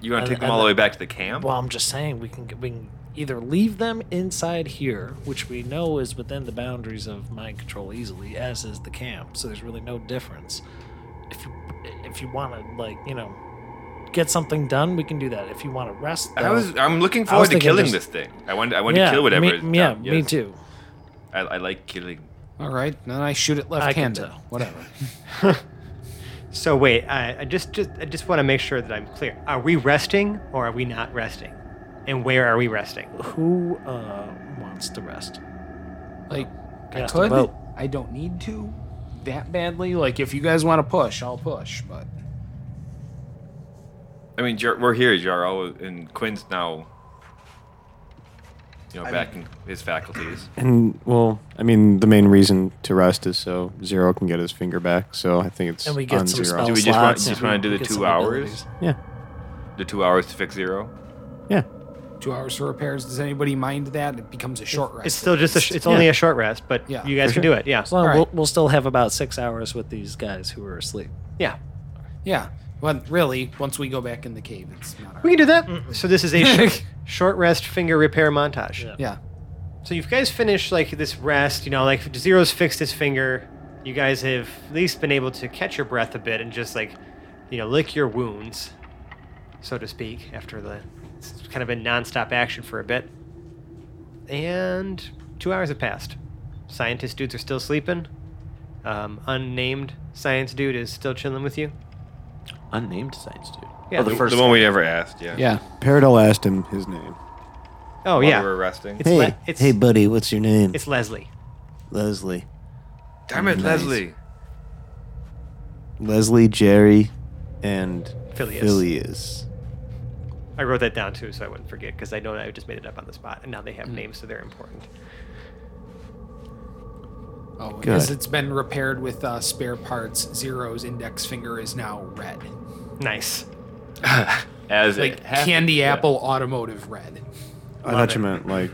You want
I-
to take
I-
them all the way back to the camp?
Well, I'm just saying we can we can either leave them inside here, which we know is within the boundaries of mind control easily, as is the camp. So there's really no difference. If you if you want to like you know get something done, we can do that. If you want to rest,
I
though-
was. I'm looking
I was
forward to
thinking
killing
just-
this thing. I want. I want
yeah,
to kill whatever.
me-
is
yeah,
down.
me
Yes.
too.
I, I like killing.
All right. Then I shoot it
I
left
can
handed.
tell.
Whatever.
So wait, I, I just just I just want to make sure that I'm clear. Are we resting or are we not resting? And where are we resting?
Who uh, wants to rest?
Like, I
Cast a
could.
vote.
I don't need to that badly. Like, if you guys want to push, I'll push. But
I mean, Jar- we're here, Jarl, and Quinn's now. You know, back in his faculties.
And well, I mean, the main reason to rest is so Zero can get his finger back. So I think it's
And we get
on
some
Zero.
spell
Do we just want-
slots.
just
and
wanna do
we
the
get
two
some
hours?
abilities.
Yeah,
The two hours to fix zero.
yeah.
two hours for repairs. Does anybody mind that? It becomes a short rest.
It's still just a sh- it's only a short rest, but
Yeah,
you guys
for
can
sure.
do it. Yeah.
So long,
Alright.
we'll, we'll still have about six hours with these guys who are asleep.
Yeah.
yeah. Well, really, once we go back in the cave, it's not. Our,
We can do that. So this is a short, short rest finger repair montage.
Yeah.
yeah.
So you guys finished like this rest, you know, like Zero's fixed his finger. You guys have at least been able to catch your breath a bit and just like, you know, lick your wounds, so to speak, after the it's kind of been nonstop action for a bit. And two hours have passed. Scientist dudes are still sleeping. Um, unnamed science dude is still chilling with you.
Unnamed science dude.
Yeah,
Oh, the,
the-
first.
the one we never asked. Yeah.
Yeah.
Paradol asked him his name.
Oh
While
yeah,
We were resting.
It's le- it's-
buddy, what's your name?
it's Leslie.
Leslie.
Damn it,
Nice.
Leslie.
Leslie, Jerry, and
Phileas.
Phileas.
I wrote that down too, so I wouldn't forget because I know that I just made it up on the spot, and now they
Mm.
have names, so they're important.
Oh,
Good.
because it's been repaired with uh, spare parts. Zero's index finger is now red,
Nice.
As
like
it happened.
candy
Yeah.
apple automotive red.
I
Love
thought you
it.
meant like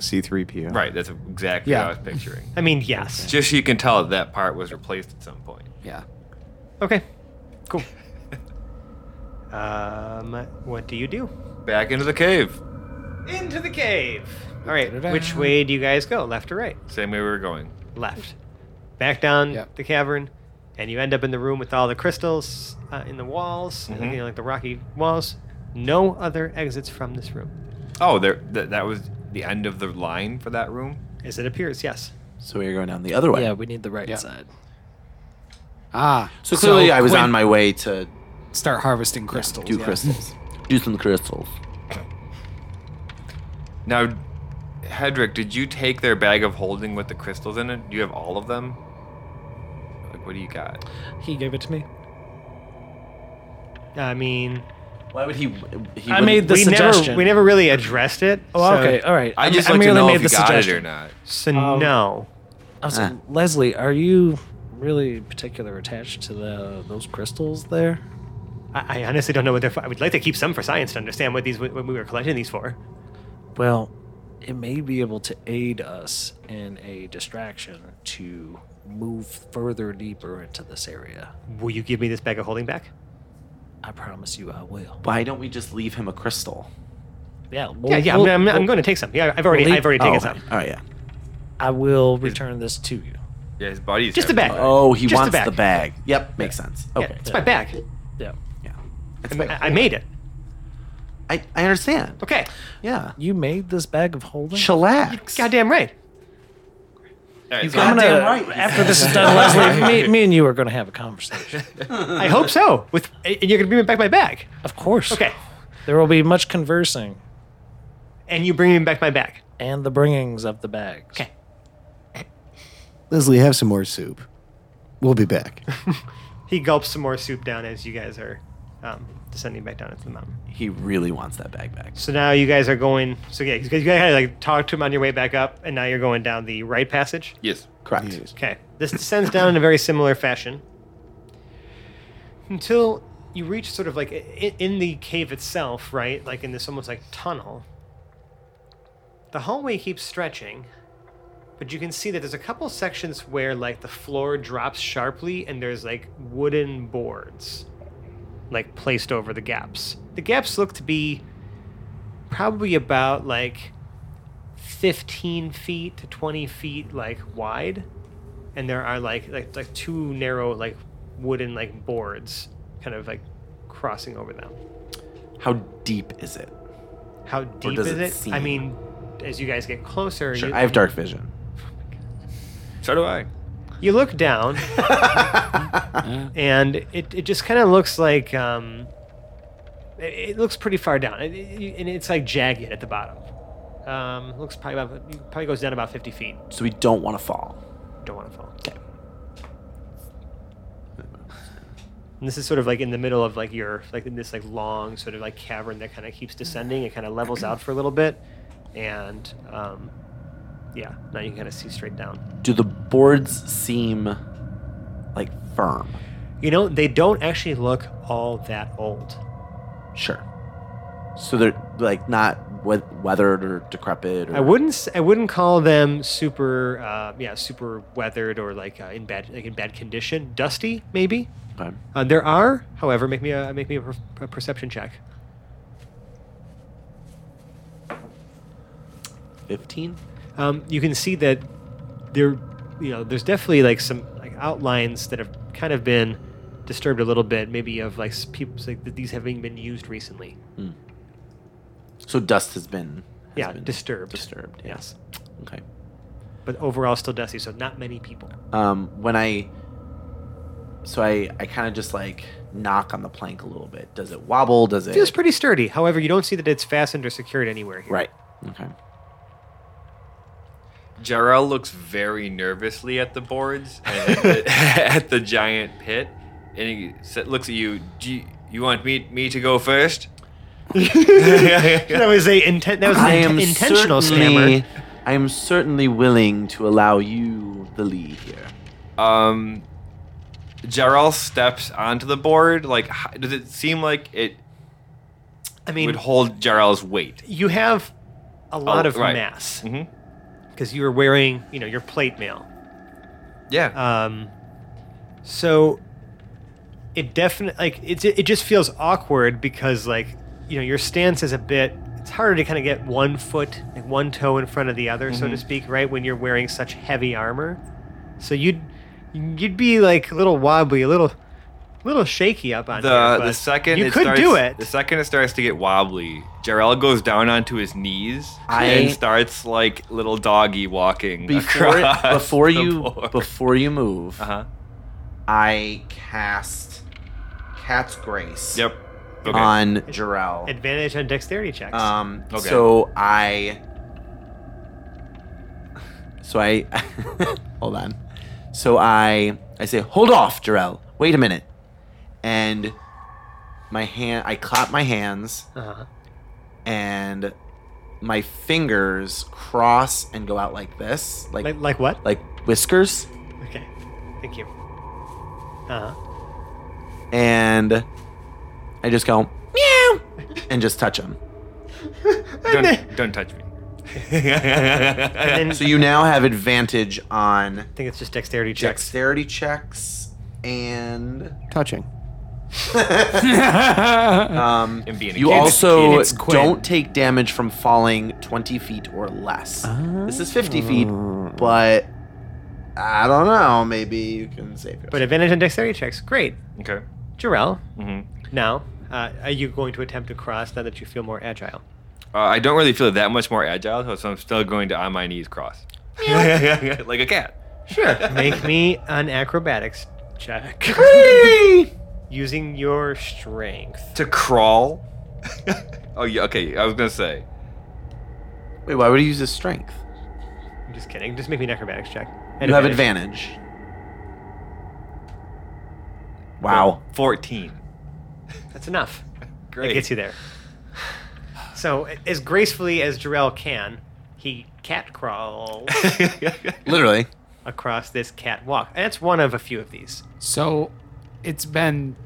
C3PO.
Right. That's exactly
Yeah.
what I was picturing.
I mean, yes.
Just so you can tell that part was replaced at some point.
Yeah.
Okay. Cool. um, what do you do?
Back into the cave.
Into the cave. All right.
Da-da-da.
Which way do you guys go? Left or right?
Same way we were going.
Left. Back down
Yep.
the cavern, and you end up in the room with all the crystals uh, in the walls,
Mm-hmm.
and,
Mhm.
you know, like the rocky walls. No other exits from this room,
Oh, there. Th- that was the end of the line for that room.
as it appears. Yes.
so we are going down the other way.
Yeah, we need the right
Yeah.
side.
Ah.
So clearly, I was
Quinn,
on my way to
start harvesting crystals.
do
yeah.
crystals, do some crystals.
Now, Hedrick, did you take their bag of holding with the crystals in it? Do you have all of them? Like, what do you got?
He gave it to me.
I mean,
Why would he? he
I
wouldn't-
made The
we never
suggestion.
we never really addressed it.
Oh,
so-
okay. All right.
I just
I
like to
merely
know
made
if you
the
got it
suggestion.
or not.
So
Um,
no.
I was
Ah.
like, Leslie, are you really particular attached to the those crystals there?
I, I honestly don't know what they're for. I would like to keep some for science to understand what these what we were collecting these for.
Well, it may be able to aid us in a distraction to move further deeper into this area.
Will you give me this bag of holding back?
I promise you, I will.
Why don't we just leave him a crystal?
Yeah,
yeah,
we'll-
yeah.
we'll-
I'm, I'm, I'm
we'll-
going to take some. Yeah, I've already
We'll leave-
I've already
Oh,
taken
okay.
some.
All right, yeah.
I will return this to you.
Yeah, his body's
Just a
heavy.
bag.
Oh, he
Just the
wants
bag.
the bag.
oh,
Yep, makes sense.
Yeah,
Okay.
it's my bag.
Yeah.
Yeah.
I, I made it.
I, I, I understand.
Okay.
Yeah.
You made this bag of holding.
Chillax.
Goddamn right.
Alright, so
I'm
I'm-
gonna,
right.
After this is done, Leslie, me, me and you are going to have a conversation.
I hope so. With and you're gonna bring me back my bag.
Of course.
Okay.
There will be much conversing
And you bring me back my bag.
and the bringings of the bags.
Okay.
Leslie, have some more soup. We'll be back.
He gulps some more soup down as you guys are um, descending back down into the mountain.
He really wants that bag back.
So now you guys are going. So yeah, because you guys had to, like talk to him on your way back up, and now you're going down the right passage.
yes.
Correct.
Yes.
Okay. This descends down in a very similar fashion until you reach sort of like in, in the cave itself, right? Like in this almost like tunnel. The hallway keeps stretching, but you can see that there's a couple sections where like the floor drops sharply and there's like wooden boards like placed over the gaps. The gaps look to be probably about like 15 feet to 20 feet like wide and there are like like like two narrow like wooden like boards kind of like crossing over them
How deep is it?
how deep
does
is
it
it, i
seem?
mean as you guys get closer
Sure.
you,
I have dark vision.
So do I.
you look down and it, it just kind of looks like um it, it looks pretty far down It- it- and it's like jagged at the bottom um looks probably about probably goes down about 50 feet
so we don't want to fall.
don't want to fall
Okay.
And this is sort of like in the middle of like your like in this like long sort of like cavern that kind of keeps descending. It kind of levels out for a little bit, and um, yeah, now you can kind of see straight down.
Do the boards seem like firm?
You know, they don't actually look all that old.
Sure. So they're like not we- weathered or decrepit. Or,
I wouldn't s- I wouldn't call them super uh, yeah super weathered or like uh, in bad like in bad condition. Dusty maybe.
Okay.
Uh, there are, however, make me a make me a, per- a perception check.
Fifteen.
um, you can see that there, you know, there's definitely like some like outlines that have kind of been disturbed a little bit, maybe of like s- people like that these having been used recently.
Hmm. So dust has been. has
yeah,
been
disturbed.
Disturbed. yeah.
Yes,
Okay.
but overall still dusty, so not many people.
um, when I so I I kind of just like knock on the plank a little bit. Does it wobble? Does it
Feels pretty sturdy. However, you don't see that it's fastened or secured anywhere here.
right? Okay.
Jarrell looks very nervously at the boards and at the, at the giant pit, and he sa- looks at you. Do you, you want me me to go first?
That was a intent. That was an
I
int-
am
intentional
certainly-
stammer.
I am certainly willing to allow you the lead here.
Um, Jarrell steps onto the board. Like, h- does it seem like it
I mean,
would hold Jarrell's weight?
you have a lot
Oh,
of
right.
mass
Mm-hmm.
because you were wearing, you know, your plate mail.
Uh,
Yeah.
Um, so it definitely like it's it just feels awkward because like you know your stance is a bit it's harder to kind of get one foot like one toe in front of the other
Mm-hmm.
so to speak right when you're wearing such heavy armor so you'd you'd be like a little wobbly a little little shaky up on here,
the
but
the second
you
it
could
starts,
do it
The second it starts to get wobbly, Jarrell goes down onto his knees
I-
and starts like little doggy walking
Before it-
across
before
the
you
board.
before you move,
uh-huh.
I cast Cat's Grace
Yep. Okay.
on Jarrell.
advantage on dexterity checks
Uh.
Um,
Okay.
So I. So I. hold on. So I. I say, hold off, Jarrell. Wait a minute. And my hand. I clap my hands
uh-huh.
and my fingers cross and go out like this. Like,
like
like,
like what
whiskers.
okay thank you uh-huh
And I just go, meow. And just touch him.
don't, don't touch me.
and
So you now have advantage on
I think it's just dexterity checks.
dexterity checks and
Touching.
Um,
And being a
you
kid.
also
And it's quit.
don't take damage from falling 20 feet or less. This is 50 feet, but I don't know. Maybe you can save yourself.
But advantage on dexterity checks. Great.
okay.
Jarrell,
hmm
now, Uh, are you going to attempt to cross now that you feel more agile?
Uh, I don't really feel that much more agile, so I'm still going to on my knees cross. like a cat.
Sure. Make me an acrobatics check. Using your strength.
To crawl? oh, yeah, okay. I was going to say.
Wait, why would he use his strength?
I'm just kidding. Just make me an acrobatics check.
You have advantage. Wow.
14.
That's enough. It
Great.
gets you there. So, a- as gracefully as Jarrell can, he cat crawls
Literally.
across this catwalk. And that's one of a few of these.
So it's been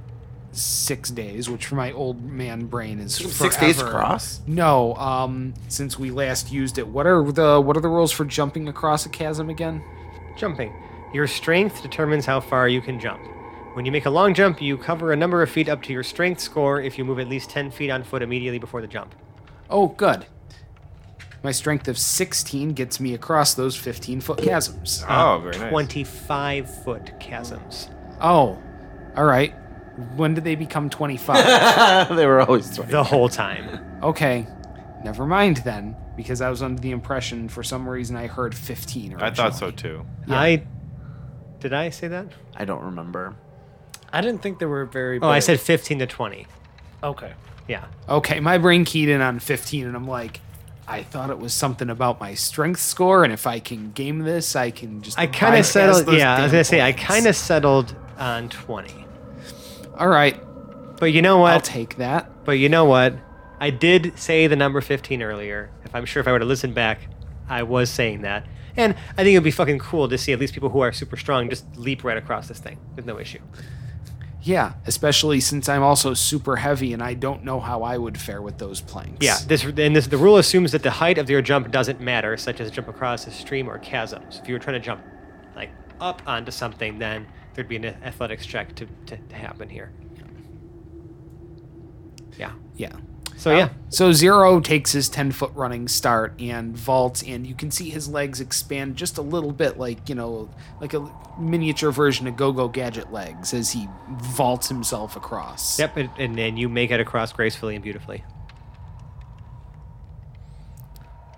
six days, which for my old man brain is
Six days
forever.
across?
No, um, since we last used it, what are the what are the rules for jumping across a chasm again?
Jumping. Your strength determines how far you can jump. When you make a long jump, you cover a number of feet up to your strength score if you move at least 10 feet on foot immediately before the jump.
Oh, good. My strength of 16 gets me across those 15 foot chasms.
Oh, very nice.
25 Uh, foot chasms.
Oh, all right. When did they become 25?
they were always 20.
The whole time.
okay, never mind then, because I was under the impression for some reason I heard 15. Originally.
I thought so too.
I. Did I say that?
I don't remember.
I didn't think there were very.
Oh, I
big-
said 15 to 20.
okay.
Yeah.
Okay, my brain keyed in on 15, and I'm like, I thought it was something about my strength score, and if I can game this, I can just.
I kind of
bypass
settled.
those
Yeah, I was
damn
gonna say I
points."
kind of settled on twenty.
All right,
But you know
I'll
what?
take that.
but you know what? I did say the number fifteen earlier. If I'm sure, if I were to listen back, I was saying that. And I think it'd be fucking cool to see at least people who are super strong just leap right across this thing with no issue.
Yeah, especially since I'm also super heavy, and I don't know how I would fare with those planks.
Yeah. This and this the rule assumes that the height of your jump doesn't matter, such as jump across a stream or chasm. So if you were trying to jump like up onto something, then there'd be an athletics check to, to, to happen here. Yeah.
Yeah.
So yeah.
So Zero takes his 10 foot running start and vaults, and you can see his legs expand just a little bit, like, you know, like a miniature version of Go Go Gadget legs as he vaults himself across.
Yep, and, and then you make it across gracefully and beautifully.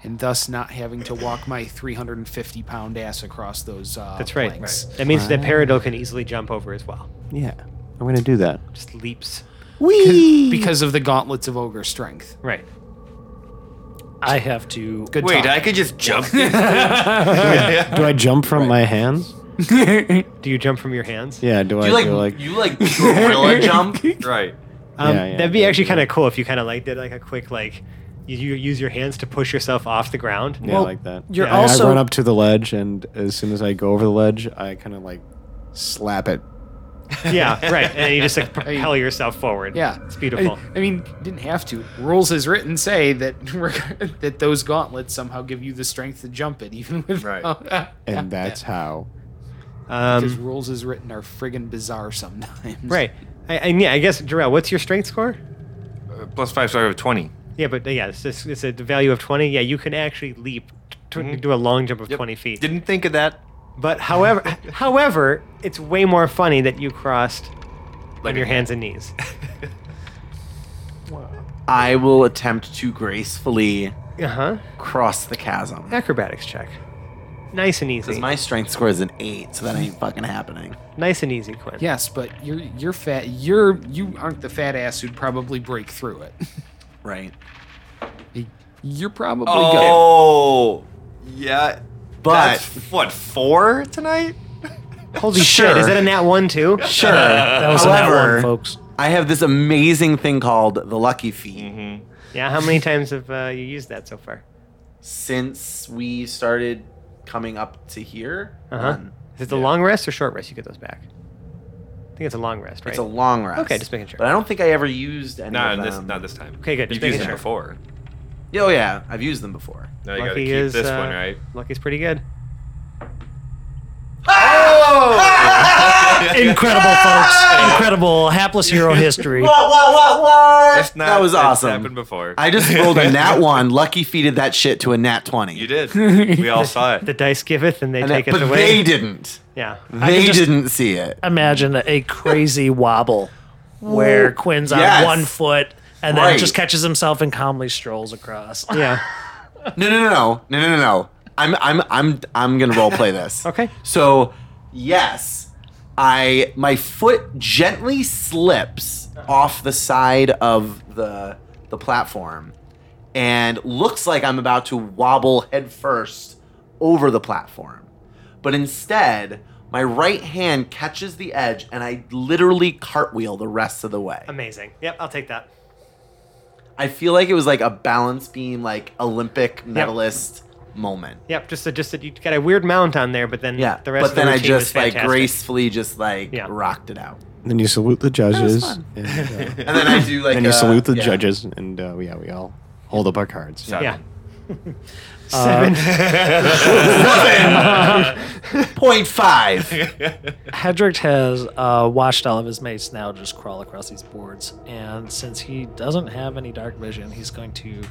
and thus not having to walk my 350 pound ass across those.
Oh,
Uh,
That's right.
planks.
That means that Peridot can easily jump over as well.
Yeah. I'm going to do that.
Just leaps.
Wee!
Because of the gauntlets of ogre strength.
Right.
I have to.
Good
Wait,
talk.
I could just jump. this?
do I jump from my hands?
Do you jump from your hands?
Yeah, do, I
You like,
do like
you like gorilla jump?
right.
Um,
Yeah, yeah,
that'd be
yeah,
actually
yeah.
kind of cool if you kind of like did like a quick like you, you use your hands to push yourself off the ground.
yeah,
Well,
like that.
you're
I-
also-
I run up to the ledge and as soon as I go over the ledge, I kind of like slap it.
yeah, right. And you just like propel
Hey.
yourself forward.
Yeah,
it's beautiful.
I, I mean, didn't have to. Rules as written say that reg- that those gauntlets somehow give you the strength to jump it, even with
Right.
And that's how.
because
Um,
rules as written are friggin' bizarre sometimes.
right. I, and yeah, I guess Jarrell, what's your strength score?
Uh, plus five, so I have 20.
Yeah, but yeah, it's, just, it's a value of twenty. Yeah, you can actually leap, to
Mm-hmm.
do a long jump of twenty feet.
Didn't think of that.
But however, however, it's way more funny that you crossed on your hands and knees.
I will attempt to gracefully
Uh huh.
cross the chasm.
Acrobatics check. Nice and easy.
Because my strength score is an eight, so that ain't fucking happening.
nice and easy, Quinn.
Yes, but you're you're fat. You're you aren't the fat ass who'd probably break through it.
Right.
You're probably good.
Oh. Yeah.
But-
That's, what, four tonight?
Holy
Sure.
shit! Is that a nat one too?
Sure.
That was However,
However,
one, folks.
I have this amazing thing called the lucky feet.
Mm-hmm.
Mm-hmm. Yeah. How many times have uh, you used that so far?
Since we started coming up to here, um,
Uh huh.
none.
Is it the long rest or short rest? You get those back. I think it's a long rest, right?
it's a long rest.
Okay, just making sure.
But I don't think I ever used any
Not
of um,
this,
them.
not this time.
Okay, good, just
You've
making
used it
sure.
before.
Yeah, Oh yeah, I've used them before.
Now you gotta keep this
uh,
one, right?
Lucky's pretty good.
Incredible, folks. Incredible. Hapless hero history.
That's not,
that was
that's
awesome.
happened before.
I just rolled a nat one. Lucky feeded that shit to a nat twenty.
you did. We all saw it.
The dice giveth and they
And that-
take it
but
away.
they didn't.
Yeah.
They
just-
didn't see it.
Imagine a crazy wobble where Quinn's on
Yes.
one foot and then
Right.
just catches himself and calmly strolls across.
Yeah.
No, no, no, no, no, no, no, no. I'm, I'm, I'm, I'm gonna role play this.
Okay.
So, yes, I my foot gently slips off the side of the the platform, and looks like I'm about to wobble headfirst over the platform, but instead. My right hand catches the edge, and I literally cartwheel the rest of the way.
Amazing. Yep, I'll take that.
I feel like it was like a balance beam, like Olympic medalist moment.
Yep, just a, just that you got a weird mount on there, but then
Yeah,
the rest
but
of
then
the
I
routine was
just like
fantastic.
gracefully just like
Yeah.
rocked it out,
Then you salute the judges. And, uh,
and then I do like.
then you
uh,
salute the
yeah.
judges, and uh, yeah, we all hold up our cards.
Yeah. Seven.
Point five.
Hedrick has uh, watched all of his mates now just crawl across these boards, and since he doesn't have any dark vision, he's going to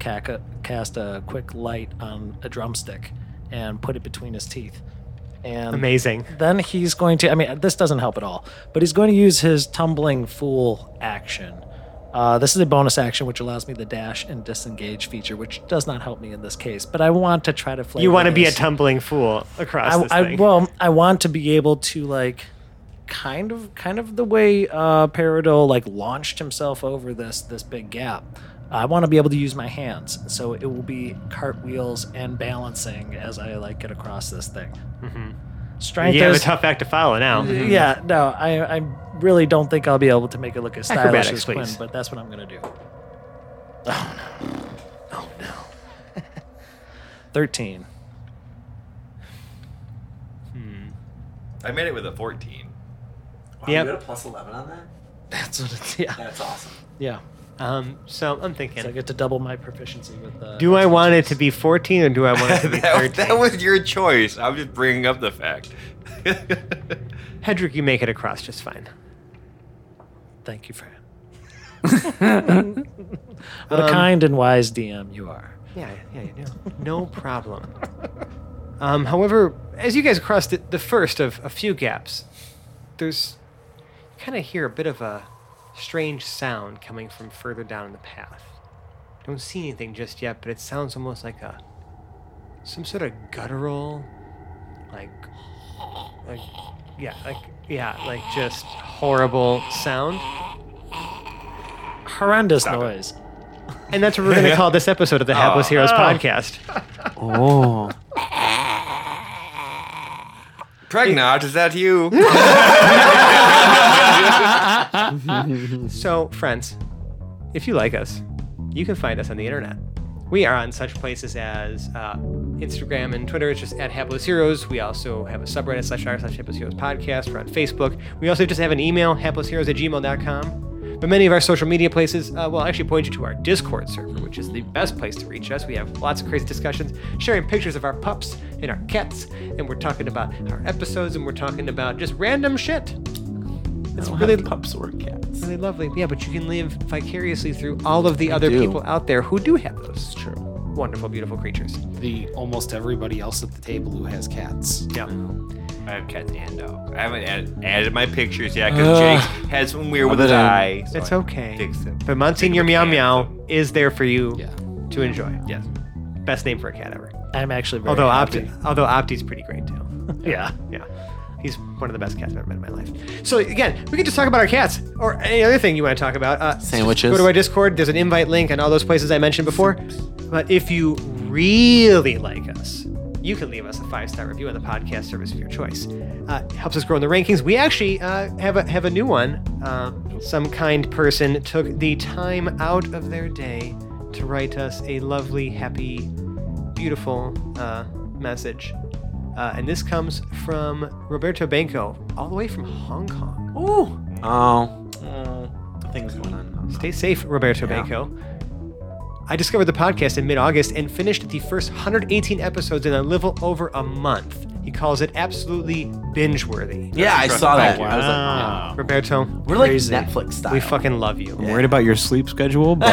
caca- cast a quick light on a drumstick and put it between his teeth. And
Amazing.
Then he's going to. I mean, this doesn't help at all, but he's going to use his tumbling fool action. Uh, this is a bonus action which allows me the dash and disengage feature, which does not help me in this case. But I want to try to flavor.
You want to be a
this.
tumbling fool across
I,
this
I
thing.
well, I want to be able to like kind of kind of the way uh Peridot like launched himself over this this big gap. I want to be able to use my hands, so it will be cartwheels and balancing as I like get across this thing. Strength
Mm-hmm. you have a
is
tough act to follow now.
yeah. No, I I really don't think I'll be able to make it look as stylish
Acrobatics,
as Quinn,
please. Oh,
but that's what I'm gonna do. Oh no! Oh no! Thirteen.
Mm-hmm.
I made it with a 14.
Yep.
plus eleven on that.
That's what it's yeah
That's awesome.
yeah.
Um, so I'm thinking,
So I get to double my proficiency with uh, the.
do I want it to be 14 or do I want it to be
that,
13?
that was your choice. I'm just bringing up the fact.
Hedrick, you make it across just fine.
Thank you, Fran. what a kind and wise DM you are.
Yeah, yeah, you do. No problem. Um, however, as you guys cross the, the first of a few gaps, there's you kind of hear a bit of a strange sound coming from further down the path. Don't see anything just yet, but it sounds almost like a some sort of guttural, like, like yeah, like yeah, like just horrible sound.
Horrendous noise.
And that's what we're going to call this episode of the Hapless Heroes podcast.
Oh,
Pregnant, is that you?
So, friends, if you like us, you can find us on the internet. We are on such places as uh, Instagram and Twitter. It's just at Hapless Heroes. We also have a subreddit slash r slash Hapless Heroes podcast. We're on Facebook. We also just have an email, haplessheroes at gmail.com. But many of our social media places uh, will actually point you to our Discord server, which is the best place to reach us. We have lots of crazy discussions, sharing pictures of our pups and our cats, and we're talking about our episodes, and we're talking about just random shit. It's really
pups or cats.
really lovely. Yeah, but you can live vicariously through all of the other
do.
people out there who do have those. true. Wonderful, beautiful creatures.
The almost everybody else at the table who has cats.
Yeah.
I have cats and dogs. I haven't added, added my pictures yet because
Ugh.
Jake had some
I'll
weird with
bet
his
I-
eye. so
It's
I
okay.
fixed it.
But Monsignor Meow
cat,
Meow is there for you
Yeah.
to enjoy.
Yes.
Best name for a cat ever.
I'm actually very
Although
happy.
Opti, although Opti's pretty great too.
Yeah.
Yeah. He's one of the best cats I've ever met in my life. So again, we can just talk about our cats or any other thing you want to talk about. Uh, just
Sandwiches.
Go to our Discord. There's an invite link and all those places I mentioned before. But if you really like us, you can leave us a five star review on the podcast service of your choice. Uh, it helps us grow in the rankings. We actually uh, have a have a new one. Uh, some kind person took the time out of their day to write us a lovely, happy beautiful uh, message. Uh, and this comes from Roberto Banco, all the way from Hong Kong.
Ooh. Oh. Things going on.
Stay safe, Roberto Banco. I discovered the podcast in mid August and finished the first 118 episodes in a little over a month. He calls it absolutely binge worthy.
Yeah, I saw that. I was like,
Wow.
Roberto,
we're like Netflix style.
we fucking love you.
worried about your sleep schedule, but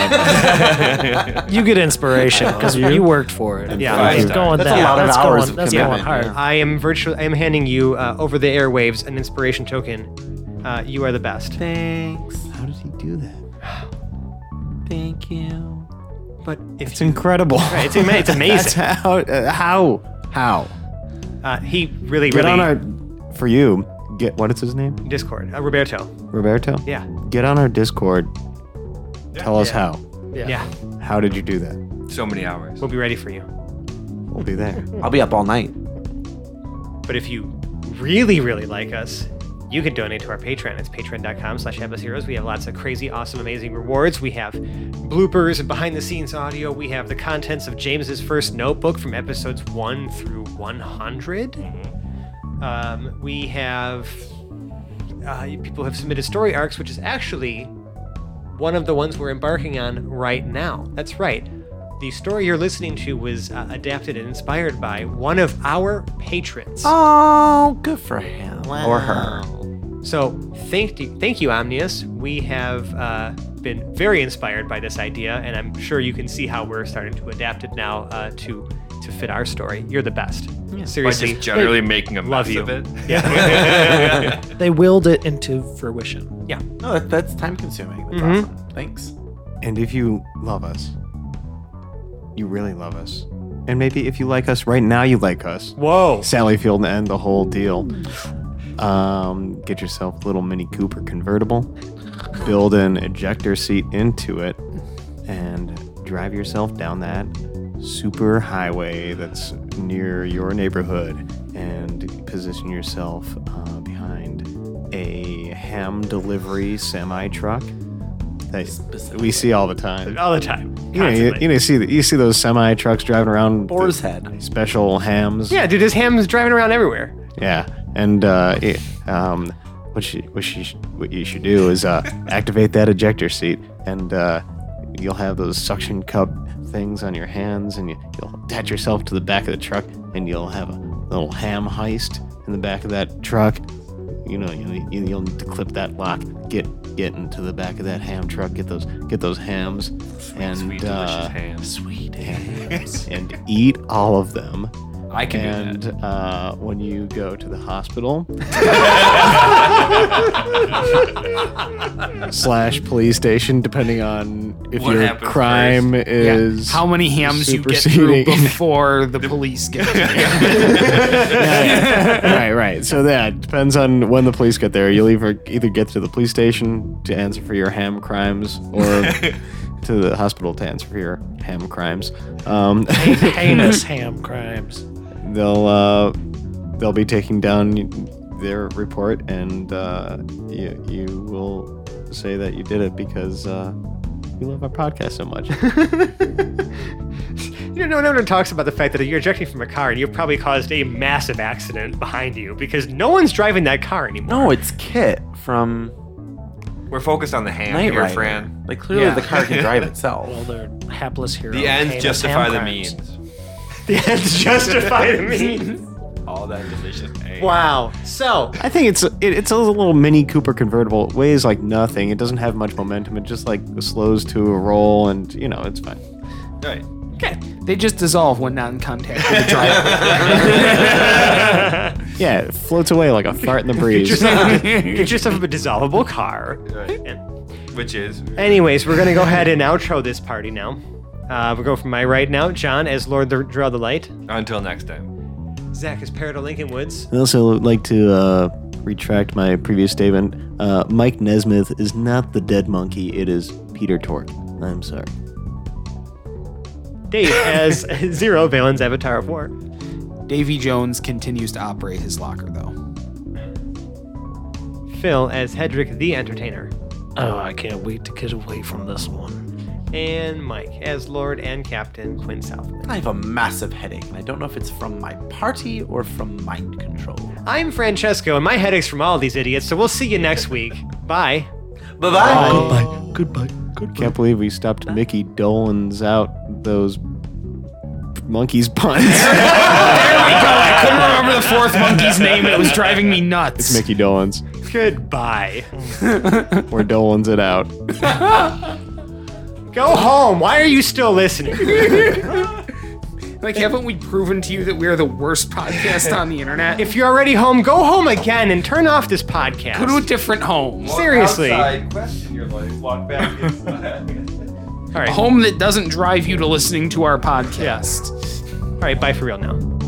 You get inspiration because you worked for it.
Yeah.
It's
Five
going
That's a
down.
lot of
that's
hours
going,
of
That's going
commitment,
hard.
yeah.
I am virtually, I am handing you uh, over the airwaves an inspiration token Uh, you are the best.
Thanks.
How did he do that?
Thank you.
But if
It's incredible.
Right, it's ama- it's amazing.
That's how? Uh, how? How?
uh, he really,
Get
really
on our. For you, get what is his name?
Discord. Uh, Roberto.
Roberto.
Yeah.
Get on our Discord. Tell us
Yeah.
how.
yeah.
How did you do that?
So many hours.
We'll be ready for you.
We'll be there.
I'll be up all night.
But if you really, really like us, you can donate to our Patreon. It's patreon.com slash Have Us heroes. We have lots of crazy, awesome, amazing rewards. We have bloopers and behind the scenes audio. We have the contents of James's first notebook from episodes one through 100. Um, we have uh, people have submitted story arcs, which is actually one of the ones we're embarking on right now. That's right. The story you're listening to was uh, adapted and inspired by one of our patrons.
Oh, good for him or her.
So thank you, thank you, Omnius. We have uh, been very inspired by this idea, and I'm sure you can see how we're starting to adapt it now uh, to to fit our story. You're the best.
By
Seriously,
just generally making a
love
mess
you.
of it.
Yeah.
They willed it into fruition.
yeah.
No, that, that's time consuming. That's
Mhm.
awesome. Thanks.
And if you love us, you really love us. And maybe if you like us right now, you like us.
Whoa.
Sally Field and the whole deal. Um, get yourself a little Mini Cooper convertible, build an ejector seat into it, and drive yourself down that super highway that's near your neighborhood and position yourself uh, behind a ham delivery semi truck that we see all the time.
All the time.
You know, you,
Oh, Constantly.
you know, see the, you see those semi trucks driving around.
Boar's
the
head.
Special hams.
yeah, dude, his ham's driving around everywhere.
Yeah, and uh, it, um, what she, what she, sh- what you should do is uh, activate that ejector seat, and uh, you'll have those suction cup things on your hands, and you, you'll attach yourself to the back of the truck, and you'll have a little ham heist in the back of that truck. You know, you, you, you'll need to clip that lock, get get into the back of that ham truck, get those get those hams, and
Sweet,
uh,
delicious ham.
sweet hams, and eat all of them
I can do
and uh, when you go to the hospital slash police station, depending on if
What
your
happened
crime
Yeah.
is
How many hams you get
superseding-
through before the police get there?
right, right. So that depends on when the police get there. You'll either either get to the police station to answer for your ham crimes, or to the hospital to answer for your ham crimes. Um,
Heinous ham crimes.
they'll uh, they'll be taking down their report, and uh, you you will say that you did it because uh, you love our podcast so much.
You know, no one talks about the fact that you're ejecting from a car and you've probably caused a massive accident behind you because no one's driving that car anymore.
No, it's Kit from
it. We're focused on the ham
Night
here,
Rider.
Fran.
Like clearly
Yeah.
the car can drive
Well,
itself.
they're hapless heroes.
The ends
heinous
justify
ham
the
crimes.
means.
The ends justify the means.
All that delicious ham.
Wow. So,
I think it's it, it's a little Mini Cooper convertible. It weighs like nothing. It doesn't have much momentum. It just like slows to a roll, and you know it's fine.
Right.
okay.
They just dissolve when not in contact with the driver.
Yeah, it floats away like a fart in the
Get
breeze.
yourself, get yourself a dissolvable car. And-
Which is
anyways, we're gonna go ahead and outro this party now. Uh, we'll go from my right now, John as Lord the Draw the Light,
until next time.
Zach as Parrot of Lincoln Woods.
I also would like to uh, retract my previous statement. Uh, Mike Nesmith is not the dead monkey. It is Peter Tork. I'm sorry.
Dave as Zero Valen's Avatar of War.
Davy Jones continues to operate his locker, though.
Phil as Hedrick the Entertainer.
Oh, I can't wait to get away from this one.
And Mike as Lord and Captain Quinn Southland.
I have a massive headache, and I don't know if it's from my party or from mind control.
I'm Francesco, and my headache's from all these idiots, so we'll see you next week. Bye.
Bye bye.
Goodbye. Goodbye. Goodbye.
Can't believe we stopped Mickey Dolan's out those monkeys puns.
I couldn't remember the fourth monkey's name, and it was driving me nuts.
Mickey Dolan's.
Goodbye.
We're Dolan's it out.
Go home. Why are you still listening?
Like, haven't we proven to you that we are the worst podcast on the internet?
If you're already home, go home again and turn off this podcast.
go to a different home,
Walk Seriously. outside,
question your life. Walk back inside.
All right.
a home that doesn't drive you to listening to our podcast.
All right. Bye for real now.